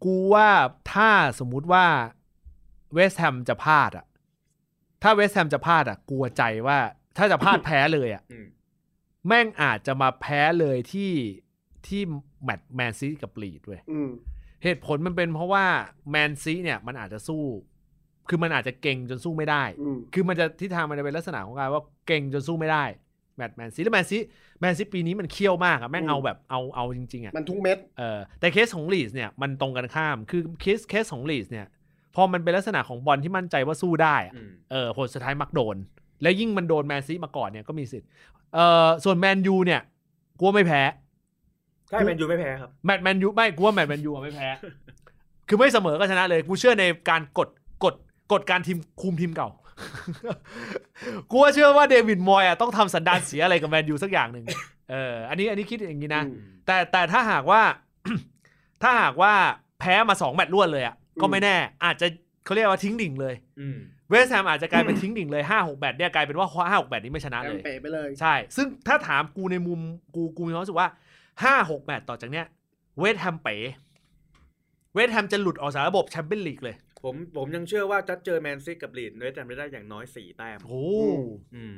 กูว่าถ้าสมมุติว่าเวสต์แฮมจะพลาดอ่ะ ถ้าเวสต์แฮมจะพลาดอ่ะกลัวใจว่าถ้าจะพลาดแพ้เลยอ่ะ
อืม
แม่งอาจจะมาแพ้เลยที่ที่แมตช์แมนซีกับลีดเว้ย
อืม
เหตุผลมันเป็นเพราะว่าแมนซีเนี่ยมันอาจจะสู้ คือมันอาจจะเก่งจนสู้ไม่ได้
อืม
คือมันจะทิศทางมันจะเป็นลักษณะของการว่าเก่งจนสู้ไม่ได้แมตช์แมนซีแล้วแมนซีแมนซีปีนี้มันเคี่ยวมากอะแม่ง
อืม
เอาแบบเอาเอาจริงๆอะ
มันทุกเม็ด
เออแต่เคสของลีสเนี่ยมันตรงกันข้ามคือเคสเคสของลีสเนี่ย พอมันเป็นลักษณะของบอลที่มั่นใจว่าสู้ได้อะ
อืม
เออผลสุดท้ายมักโดน แล้วยิ่งมันโดนแมนซีมาก่อนเนี่ยก็มีสิทธิ์เออส่วนแมนยูเนี่ยกลัวไม่แพ้
ใช่แมนยูไม่แพ้ครับ
แมตช์แมนยูไม่กูว่าแมตช์แมนยูอะไม่แพ้ คือไม่เสมอก็ชนะเลย กูเชื่อในการกดกดกดการทีมคุมทีมเก่า กูว่าเชื่อว่าเดวิดมอยอะต้องทำสันดานเสียอะไรกับแมนยูสักอย่างหนึ่งเอออันนี้อันนี้คิดอย่างนี้นะ
อืม
แต่แต่ถ้าหากว่า ถ้าหากว่าแพ้มาสองแมตช์รวดเลยอ่ะก็ไม่แน่ อาจจะเขาเรียกว่าทิ้งดิ่งเลย
อืม
เวสต์แฮมอาจจะกลายเป็นทิ้งดิ่งเลยห้าหกแมตช์เนี่ยกลายเป็นว่าห้าหกแมตช์นี้ไม่ชนะ
แอ
เล
ม
ย
เป๋ไปเลย
ใช่ ซึ่งถ้าถามกูในมุมกูกูมีความรู้สึกว่าห้าหกแมตช์ต่อจากเนี้ยเวสต์แฮมเป๋ เวสต์แฮมจะหลุดออกจากระบบแชมเปี้ยนลีกเลย
ผมผมยังเชื่อว่าจัดเจอแมนซีกับลีดเวสต์แฮมได้อย่างน้อยสี่แต้ม
โอ้
อืม
อืม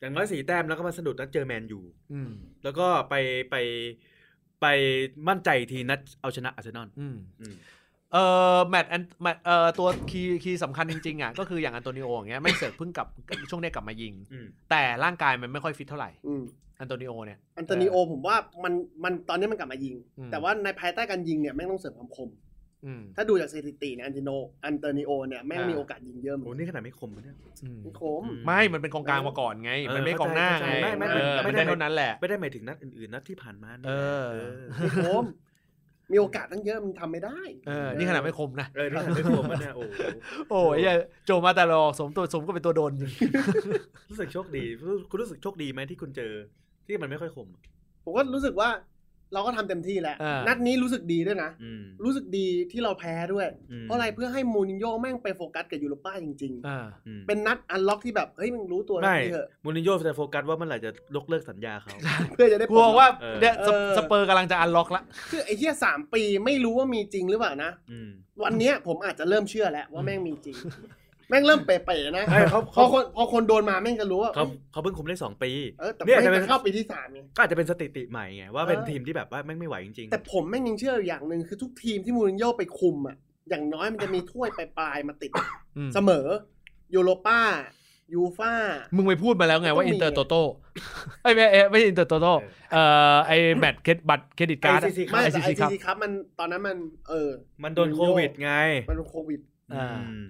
อย่างน้อยสี่แต้มแล้วก็มาสะดุดนัดเจอแมนยู
อืม
แล้วก็ไปไปไปมั่นใจทีนัดเอาชนะอาร์เซนอล
อืม
อืม
เอ่อแมตช์แอนแมตช์เอ่อตัวคีย์คีย์สำคัญจริงๆอ่ะ ก็คืออย่างอันโตนิโออย่างเงี้ยไม่งเสอกเพิ่งกลับช่วงเนี้ยกลับมายิง
อืม
แต่ร่างกายมันไม่ค่อยฟิตเท่าไหร่
อืม
อันโตนิโอเนี่ย
อันโตนิโอผมว่ามันมันตอนนี้มันกลับมายิง
อืม
แต่ว่าในภายใต้การยิงเนี่ยแม่งต้องเสริมความคม
อืม
ถ้าดูจากสถิติเนี่ยอันติโนอันเตอร์นิโอเนี่ยแม่ง
อ่ามี
มีโอกาสยิงเยอะเหมือน
โอ้
กัน
นี่ขนาดไม่คมนะเนี่ย
อืม
ไม่คม
อื
ไม่มันเป็นกองกลางมาก่อนไง
เออ
มันไม่กองหน้าไง
เข้าใจ
ไม่ไม่
เออ
ไม่
ไม่
ได้
ได้เท่านั้นแหละ
ไม่ได้หมายถึงนัดอื่นๆ นัดที่ผ่านมานี่ย
เออ
เออ
ไม่คม มีโอกาสตั้งเยอะมันทำไม่ได้
เออนี่ขนาดไม่คมนะ
เออนี่ขนาดไม่คมนะเนี่ยโอ้โห
โอ้ยอย่าโจมาแต่ลอกสมตัวสมก็เป็นตัวโดนจริง
รู้สึกโชคดีรู้คุณรู้สึกโชคดีไหมที่คุณเจอ ที่มันไม่ค่อยคมอะ
ผมก็รู้สึกว่าเราก็ทำเต็มที่แล้ว
อ่านั
นัดนี้รู้สึกดีด้วยนะ
อืม
รู้สึกดีที่เราแพ้ด้วย
ม
เพราะอะไรเพื่อให้มูรินโญ่แม่งไปโฟกัสกับยูโรป้าจริง
อ่า
อืม
ๆ เป็นนัดอันล็อกที่แบบเฮ้ยมึงรู้ตัวแล้ว
ไม่
พี่เถอะ
มูรินโญ่จะโฟกัสว่าเมื่อไหร่จะยกเลิกสัญญาเขา
เพื่อจะได้
กลัวว่า
เออ
เนี่ยสเป
เออ
สเปอร์กำลังจะอันล็อกละ
คือไอ้เหี้ยสามปีไม่รู้ว่ามีจริงหรือเปล่านะ
อืม
วันเนี้ยผมอาจจะเริ่มเชื่อแล้วว่าแม่งมีจริง แม่งเริ่มเป๋ๆนะ
เฮ้ยเขา
พอ
เขา
คนพอคนโดนมาแม่งจะรู้ว่า
เขาเขาเพิ่งคุมได้สองปี
เออแต่
เนี่ย
แม่
จะ
ง
เป็น
จะเข้าปีที่สามไง
ก็อาจจะเป็นสถิติใหม่ไง ว่าเป็น
เออ
ทีมที่แบบว่าแม่งไม่ไหวจริงๆ
แต่ผมแม่งยังเชื่ออยู่อย่างหนึ่งคือทุกทีมที่มูรินโญ่ไปคุมอ่ะอย่างน้อยมันจะมีถ้วยปลายๆมาติด
อืม
เสมอยูโรป้ายูฟ่า
มึงไปพูดมาแล้วไงว่า
ต้องมี
อินเตอร์โตโต้ ไอ้ยไม่เอ้ยไม่ใช่อินเตอร์โตโต้เอ่อไอ้แบตเครดิตบัตรเครดิต
กา
การ ร์ด
ซี
ไม่แต่ไอ
ICC
ซี
ครับ
ซีครับมันตอนนั้นมันเออ
มันโดนโควิดไง
มันเป็นโควิด
อ่า
อืม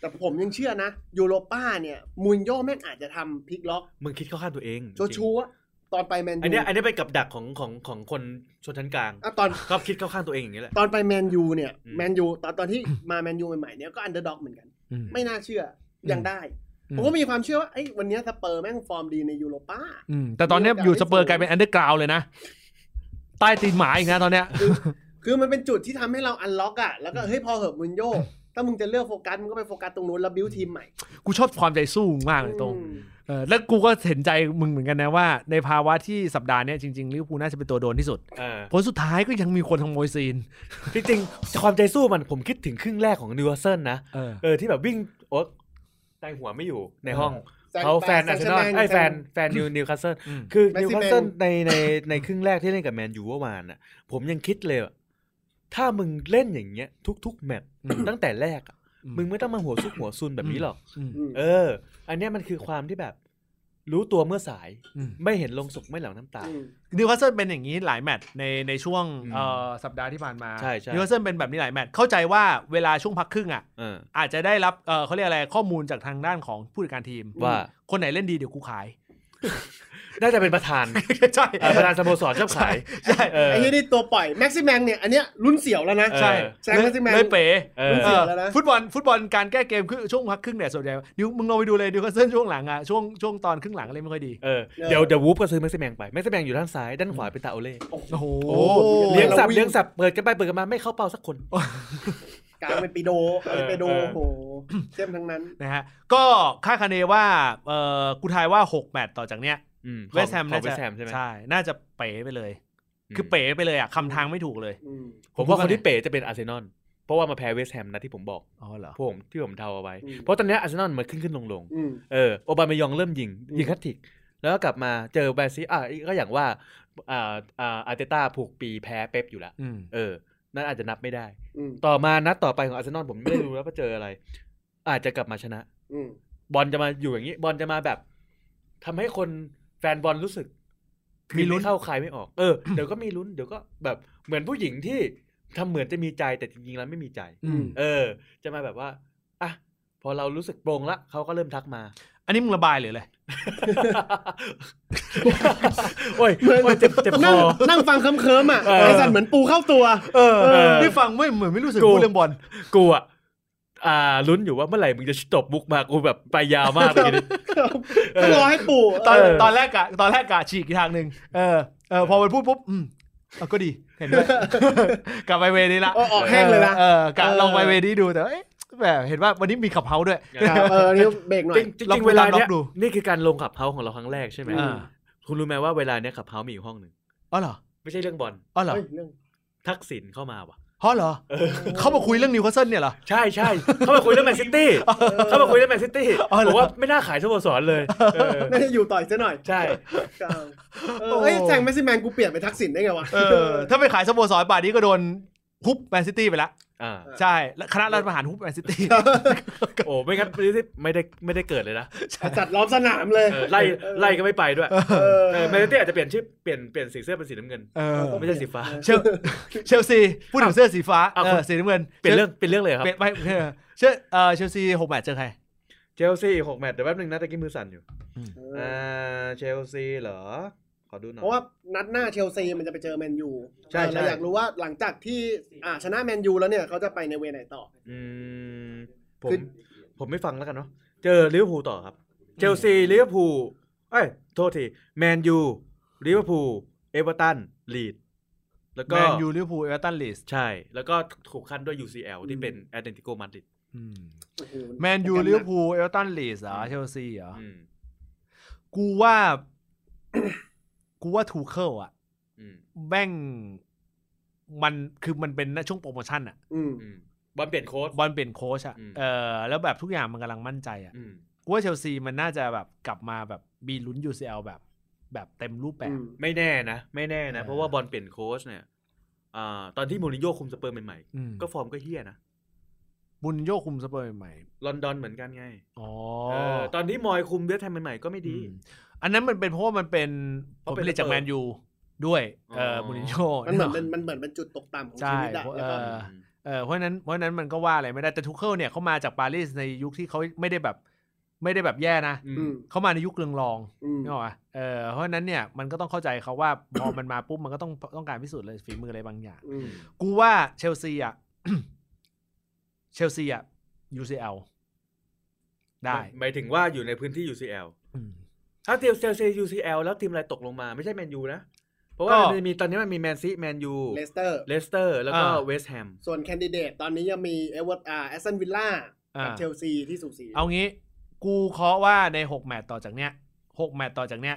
แต่ผมยังเชื่อนะยูโรป้าเนี่ยมูรินโญ่แม่งอาจจะทำพลิกล็อก
มึงคิดเข้าข้างตัวเอง
ชัวชัวร์ๆตอนไปแมน
อัน
ยู
เนี้ยอันเนี้ยเป็นกับดักของของของคนชนชั้นกลาง
อ่ะตอน
ก็คิดเข้าข้างตัวเองอย่างนี้แหละ
ตอนไปแมนยูเนี่ย
อืม
แมนยูตอนตอนที่ มาแมนยูใหม่ๆเนี่ยก็อันเดอร์ด็อกเหมือนกัน
อืม
ไม่น่าเชื่ออ
ม
ยังได้
อื
ผม มก็มีความเชื่อว่าไอ้ยวันเนี้ยสเปอร์แม่งฟอร์มดีในยูโรป้า
อืมแต่ตอนเนี้ย
มีโอ
อยู่
กาส
สเปอ
ได้
ร์
สูง
กลายเป็นอันเดอร์กราวเลยนะ ใต้ตีนหมาอีกนะตอนเนี้ย
คือมันเป็นจุดที่ทำให้เราอันล็อกอะแล้วก็เฮ้ยพอเหอะมุนโย ถ้ามึงจะเลือกโฟกัสมึงก็ไปโฟกัสตรงนู้นแล้วบิวทีมใหม่
กูชอบความใจสู้มึงมากเลยตรง
อืม
เออแล้วกูก็เห็นใจมึงเหมือนกันนะว่า ในภาวะที่สัปดาห์เนี้ยจริงๆลิเวอร์พูลน่าจะเป็นตัวโดนที่สุด
เออ
ผลสุดท้ายก็ยังมีคนขโมยซีน
จริงๆความใจสู้มันผมคิดถึงครึ่งแรกของนิวคาสเซิลนะ
เออ
เออที่แบบวิ่งโอ๊ตแต่งหัวไม่อยู่ในห้อง
ซง
เขาแฟน
ซ
อาร์
ง
เซ
ชะ
นอล
ง
ไอ้ย
ซ
แฟ
ง
นแฟนนิวนิวคาสเซิล
อืม
คือ
แมน
นิว
ซิ
คาส
แมน
เซิลในในในครึ่งแรกที่เล่นกับแมนยูเมื่อวานน่ะ ผมยังคิดเลยอะถ้ามึงเล่นอย่างเงี้ย ทุก ๆ แมตช์
อืม
ตั้งแต่แรกอะ
อืม
มึงไม่ต้องมาหัวซุกหัวซุนแบบนี้หรอก
อืม
อืม
เออ อันเนี้ยมันคือความที่แบบ รู้ตัวเมื่อสาย
อืม
ไม่เห็นลงศพไม่หลั่งน้ำตา
นิวคาสเซิลเป็นอย่างนี้หลายแมตช์ในในช่วง
อืม
เอ่อสัปดาห์ที่ผ่านมา
ใช่ใช่
นิวคาสเซิลเป็นแบบนี้หลายแมตช์เข้าใจว่าเวลาช่วงพักครึ่งอ่ะ
เออ
อาจจะได้รับเอ่อเขาเรียกอะไรข้อมูลจากทางด้านของผู้จัดการทีม
ว่า
คนไหนเล่นดีเดี๋ยวกูขาย
น่าจะเป็นประธาน
ใช่
เอ่อประธานสโมสรชอบขาย
ใช่
เออ
ไอ้ที่นี่ตัวปล่อยแม็กซิแมงเนี่ยอันเนี้ยรุ่นเสี่ยวแล้วนะ
เออ
ใช่
แซงแม็กซิแมน
เลยเป๋
เอ
รู้
อ
สึก
เออ
แล้วนะ
ฟุตบอลฟุตบอลการแก้เกมคือช่วงพักครึ่งเนี่ยส่วนใหญ่นิวมึงลองไปดูเลยนิวคาสเซิลช่วงหลังอ่ะช่วงช่วงตอนครึ่งหลังอะไรไม่ค่อยดี
เออเดี๋ยวเดี๋ยววูฟก็ซื้อแม็กซ์แมงไปแม็กซ์แมงอยู่ด้านซ้ายด้านขวาเป็นตาโอเล่
โอ้โห
โอ้โห
เลี้ยงสับ
เราวิ่ง
เลี้ยงสับเปิดกันไปเปิดกันมาไม่เข้าเป้าสักคน
กลางเป็นปีโดกลางเป็นปีโด
เออ
โอ้โหเข้มทั้งนั้น
นะฮะ ก็คาดคะเนว่าเออกูทายว่า 6 แมตช์ต่อจากเนี้ย
อืม
เวสแฮม
ของ
น่า
เว
จะ
สแฮมใช่ไหม
ใช่ น่าจะเป๋ไปเลย
ม
คือเป๋ไปเลยอ่ะคำทางไม่ถูกเลย
อืม
ผมว่าคนที่เป๋จะเป็นอาร์เซนอลเพราะว่ามาแพ้เวสแฮมนะที่ผมบอก
อ๋อเหรอ
พวกผมที่ผมเทาเอาไว้ เพราะตอนเนี้อาร์เซนอลมันขึ้นขึ้นลงลง
อืม
เออโอบามายองเริ่มยิงยิงแฮตทริก แล้วก็กลับมาเจอแบรซิลอ่ะก็อย่างว่าอ่าอ่าอาร์เตต้าผูกปีแพ้เป๊ปอยู่แล้ว
อืม
เออ นั่นอาจจะนับไม่ได้
อืม
ต่อมานัดต่อไปของอาร์เซนอลผมไม่ได้รู้แล้วว่าเจออะไร อาจจะกลับมาชนะ
อืม
บอลจะมาอยู่อย่างนี้ บอลจะมาแบบทำให้คนแฟนบอลรู้สึก
มีลุ้น
เข้าใครไม่ออก เออ เดี๋ยวก็มีลุ้น เดี๋ยวก็แบบเหมือนผู้หญิงที่ทำเหมือนจะมีใจแต่จริงๆแล้วไม่มีใจ
อืม
เออ จะมาแบบว่าอ่ะพอเรารู้สึกโปร่งละเขาก็เริ่มทักมา
อันนี้มึงระบายหรืออะไร
โอ้ย
เหมือน
โอ้ยเจ็บเจ็บค
นั่ง
อ
นั่งฟังเคิมๆอ่ะ
เออ
ไอ้สัตว์เหมือนปูเข้าตัว
เออเออ
ได้ฟังไม่เหมือนไม่รู้สึก
กู
พูดเรื่องบอล
กูอ่ะอ่าลุ้นอยู่ว่าเมื่อไหร่มึงจะตบบุกมากูแบบไปยาวมากเลยทีนี้เอ
ต้อง
อ
รอให้ปู
ตอน
เออ
ตอนแรกอะตอนแรกกะฉีกอีกทางหนึ่งเออเออพอมันพูดปุ๊บอืมเอาก็ดีเห็นด้วย กลับไปเวนี้ละ
เอาออกแห้งเลยนะ
เออเออกะ
เออ
ลองไปเวนี้ดูแต่ว่าเอ๊ะแบบเห็นว่าวันนี้มีขับเฮาส์ด้วย
ครับเออนี่เบรกหน่อ
จ
ย
ริงจ
ลอง
ริง
ดู
ๆเวลา
ล
เนี้
อย งดู
นี่คือการลงขับเฮาของเราครั้งแรกใช่ไหม
อ่า
คุณรู้ไหมว่าเวลาเนี้ยขับเฮามีอยู่ห้องหนึ่ง
อ๋อเหรอ
ไม่ใช่เรื่องบอล
อ๋อเหรอ
เฮ้ยเรื่อง
ทักษิณเข้ามาว่ะ
อ๋อเหรอเขามาคุยเรื่องนิวคาสเซิลเนี่ยเหรอ
ใช่ใช่ เขามาคุยเรื่องแมนซิ ตี้เขามาคุยเรื่องแมนซิตี้
อ๋อเหรอ
บอกว่าไม่น่าขายสโมสรเลยเออ
น่าจะอยู่ต่อยซะหน่อย
ใช่
ครับเออเอ้ยแซงแมสซี่แมนกูเปลี่ยนไปทักษิณได้ไงวะ
เออ ถ้าไปขายสโมสรป่านนี้ก็โดนฮุบแมนซิตี้ไปละ
อ่า
ใช่และคณะรัฐประหารฮุบแมนซิ ตี้
โอ้ไม่งั้น Man City ไม่ได้ไม่ได้เกิดเลยนะ
จัดล้อมสนามเลย
เออไล่ไล่ก็ไม่ไปด้วย
เออ
เออแมนซิตี้อาจจะเปลี่ยนชื่อเปลี่ยนเปลี่ยนสีเสื้อเป็นสีน้ำเงิน
เออ
ไม่ใช่สีฟ้า
เชลเชลซีพูดถึงเสื้อสีฟ้า
อ้าว
เอ
คุ
อ
ณ
สีน้ำเงิน
เป็นเรื่องเป็นเรื่องเลยครับ
เปลี่ยนไปเออเชื่อเออเชลซีหกแมตช์เจอใคร
เชลซีอีกหกแมตช์เดี๋ยวแป๊บนึงนะตะกี้มือสั่นอยู่
เอ
อ่
อา
เชลซีเหรอขอดูหน่อย
เพราะว่านัดหน้าเชลซีมันจะไปเจอแมนยู
ใช่ใช่
เราอยากรู้ว่าหลังจากที่อ่าชนะแมนยูแล้วเนี่ยเขาจะไปในเวไหนต่อ
อืมผม
คือ
ผมไม่ฟังแล้วกันเนาะเจอลิเวอร์พูลต่อครับ เชลซีลิเวอร์พูลเอ้ยโทษทีแมนยูลิเวอร์พูลเอเวอร์ตันลีดแล้ว
แม
ก็
นยูลิเวอร์พูลเอเวอร์ตันลีส
ใช่ แล้วก็ถูกคั้นด้วย UCL ที่เป็นแอตเลติโกมาดริด
โอ้โห
แมนยูลิเวอร์พูลเอเวอร์ตันลีสเหรอเชลซีเหรอ
อืม
กูว่า กูว่าทูเคิลอะ
อืม
แม่งมันคือมันเป็นช่วงโปรโมชั่นอะ
อืม
อืมบอลเปลี่ยนโค้ช
บอลเปลี่ยนโค้ชอะ
อืม
เออแล้วแบบทุกอย่างมันกำลังมั่นใจอะ
อืม
กูว่าเชลซีมันน่าจะแบบกลับมาแบบมีลุ้น UCL แบบ แบบเต็มรูปแบ
อื
บ
ม
ไม่แน่นะ ไม่แน่นะ
เออ
เพราะว่าบอลเปลี่ยนโค้ชเนี่ยอ่าตอนที่มูรินโญ่คุมสเปอร์ใหม่
อืม
ๆก็ฟอร์มก็เฮี้ยนะ
บุญโยคุมสเปอร์ใหม่
ลอนดอนเหมือนกันไง
ๆอ๋อ
เออตอนที่มอยคุมเวสต์แฮมใหม่ๆก็ไม่ดี
อืมอันนั้นมันเป็นเพราะว่ามันเป็นผ
เพราะ
ล
เป็น
ผลิตจากแมนยูด้วยเอออ
อ
บุญโย
มันเหมือน
เน
เป็น
อะ
มันเหมือนเป็นจุดตกต่ำของ
ใช่
ชีวิตอะ
เพราะ
แล้วก็
เออ เออเพราะฉะนั้นเพราะฉะนั้นมันก็ว่าอะไรไม่ได้แต่ทูเคิลเนี่ยเขามาจากปารีสในยุคที่เขาไม่ได้แบบ ไม่ได้แบบแย่นะ
อืม
อืม
เขามาในยุคเรืองรอง
อืม
นึกออกปะเออเพราะฉะนั้นเนี่ยมันก็ต้องเข้าใจเขาว่า พอมันมาปุ๊บมันก็ต้องต้องการพิสูจน์เลยฝีมืออะไรบางอย่าง
อืม
กูว่าเชลซีอ่ะ เชลซีอ่ะ UCL ได้
หมายหมายถึงว่าอยู่ในพื้นที่ UCL
อืม
ถ้าทีมเซลซี UCL แล้วทีมอะไรตกลงมาไม่ใช่แมนยูนะ เพราะว่า
ก็
มันมีตอนนี้มันมีแมนซีแมนยู
เลสเตอร์
เลสเตอร์ แล้วก็
อ่า
เวสต์แฮม
ส่วนแคนดิเดตตอนนี้ยังมีเอเวอร์อ่าแอสตันวิลล่า
อ่า
กับเชลซีที่สูสี
เอางี้ กูเคาะว่าในหกแมตต์ต่อจากเนี้ยหกแมตต์ต่อจากเนี้ย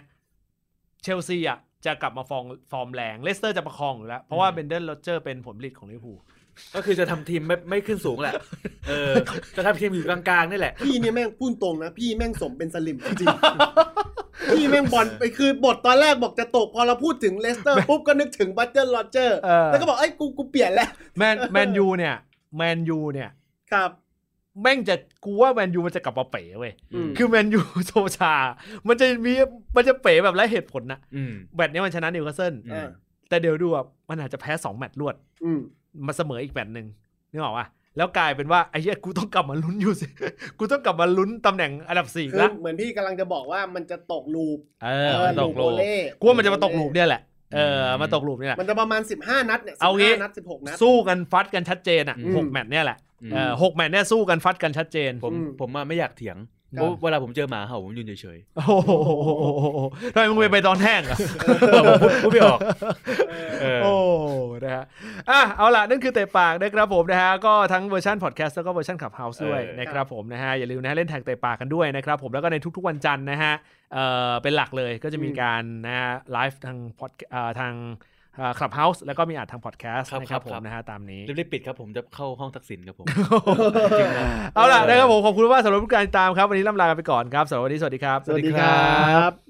เชลซีอ่ะจะกลับมาฟอร์มฟอร์มแรงเลสเตอร์จะประคองอยู่แล้ว เพราะว่าเบนเดนโรเจอร์เป็นผลผลิตของลิเวอร์พูล
ก็คือจะทำทีมไม่ไม่ขึ้นสูงแหละ เออ จะทำทีมอยู่กลางๆนี่แหละ
พี่เนี่ยแม่งพูดตรงนะ พี่แม่งสมเป็นสลิมจริง ๆ พี่แม่งบอลไปคือบทตอนแรกบอกจะตก พอเราพูดถึงเลสเตอ ร์ปุ๊บก็นึกถึงบัตเตอร์ลอเจอร์
เออ
แล้วก็บอกไอ้ยกูกูเปลี่ยนแล้ว
แมนแมนยูเนี่ยแมนยูเนี่ย
ครับ
แม่งจะกูว่าแมนยูมันจะกลับมาเป๋เว้ย
อืม
คือแมนยู โซชา มันจะมีมันจะเป๋แบบไร้เหตุผลนะ
อืม
แมตช์เนี้ยมันชนะนิวคาสเซิล
เออ
แต่เดี๋ยวดูอ่ะมันอาจจะแพ้สองแมตช์รวด
อืม
มาเสมออีกแมตช์หนึ่งนึกออกปะแล้วกลายเป็นว่าไอ้เหี้ยกูต้องกลับมาลุ้นอยู่สิ กูต้องกลับมาลุ้นตำแหน่งอันดับสี่อีก
คือ
ละ
เหมือนพี่กำลังจะบอกว่ามันจะตกลูป
เออมันตก
โบ
ลง
เล่
กูว่ามันจะมาตกหลุมเนี่ยแหละเออมาตกหลุมเนี่ยแหละ
มันจะประมาณ 15 นัดเนี่ย
เอางี้
15นัด 16 นัด
สู้กันฟัดกันชัดเจนอ่ะ
อืม
หกแมตช์เนี่ยแหละ
อืม
เออหกแมตช์เนี่ยสู้กันฟัดกันชัดเจน
ผม
อืม
ผมมาไม่อยากเถียง
ครับ
เพราะเวลาผมเจอหมาเห่าผมยืนเฉย
โอ้โห ทำไมมึงไปไปตอนแห้งอ่ะ
ๆพูดพูดไม่ออกเออ
โอ้ นะฮะ อ่ะ เอาล่ะ นั่นคือเตะปากนะครับผมนะฮะ ก็ทั้งเวอร์ชันพอดแคสต์แล้วก็เวอร์ชันขับเฮาส์ด้วย
เออ
นะครับผมนะฮะ อย่าลืมนะฮะเล่นแท็กเตะปากกันด้วยนะครับผม แล้วก็ในทุกๆวันจันทร์นะฮะ เอ่อ เป็นหลักเลยก็จะมีการนะฮะไลฟ์ทางพอดเอ่อทางคลับเฮาส์แล้วก็มีอัดทางพอดแคสต์
ครับ
นะครับ
ครับ
ผ
ครั
ม
บ
นะฮะ ตามนี้
รีบๆปิดครับผมจะเข้าห้องทักษิณครับผม
เอาล่ะนะครับผม ขอบคุณมากสำหรับการติดตามครับ วันนี้ล่ำลากันไปก่อนครับสำหรับวันนี้สวัสดีครับ
สวัสดีครับ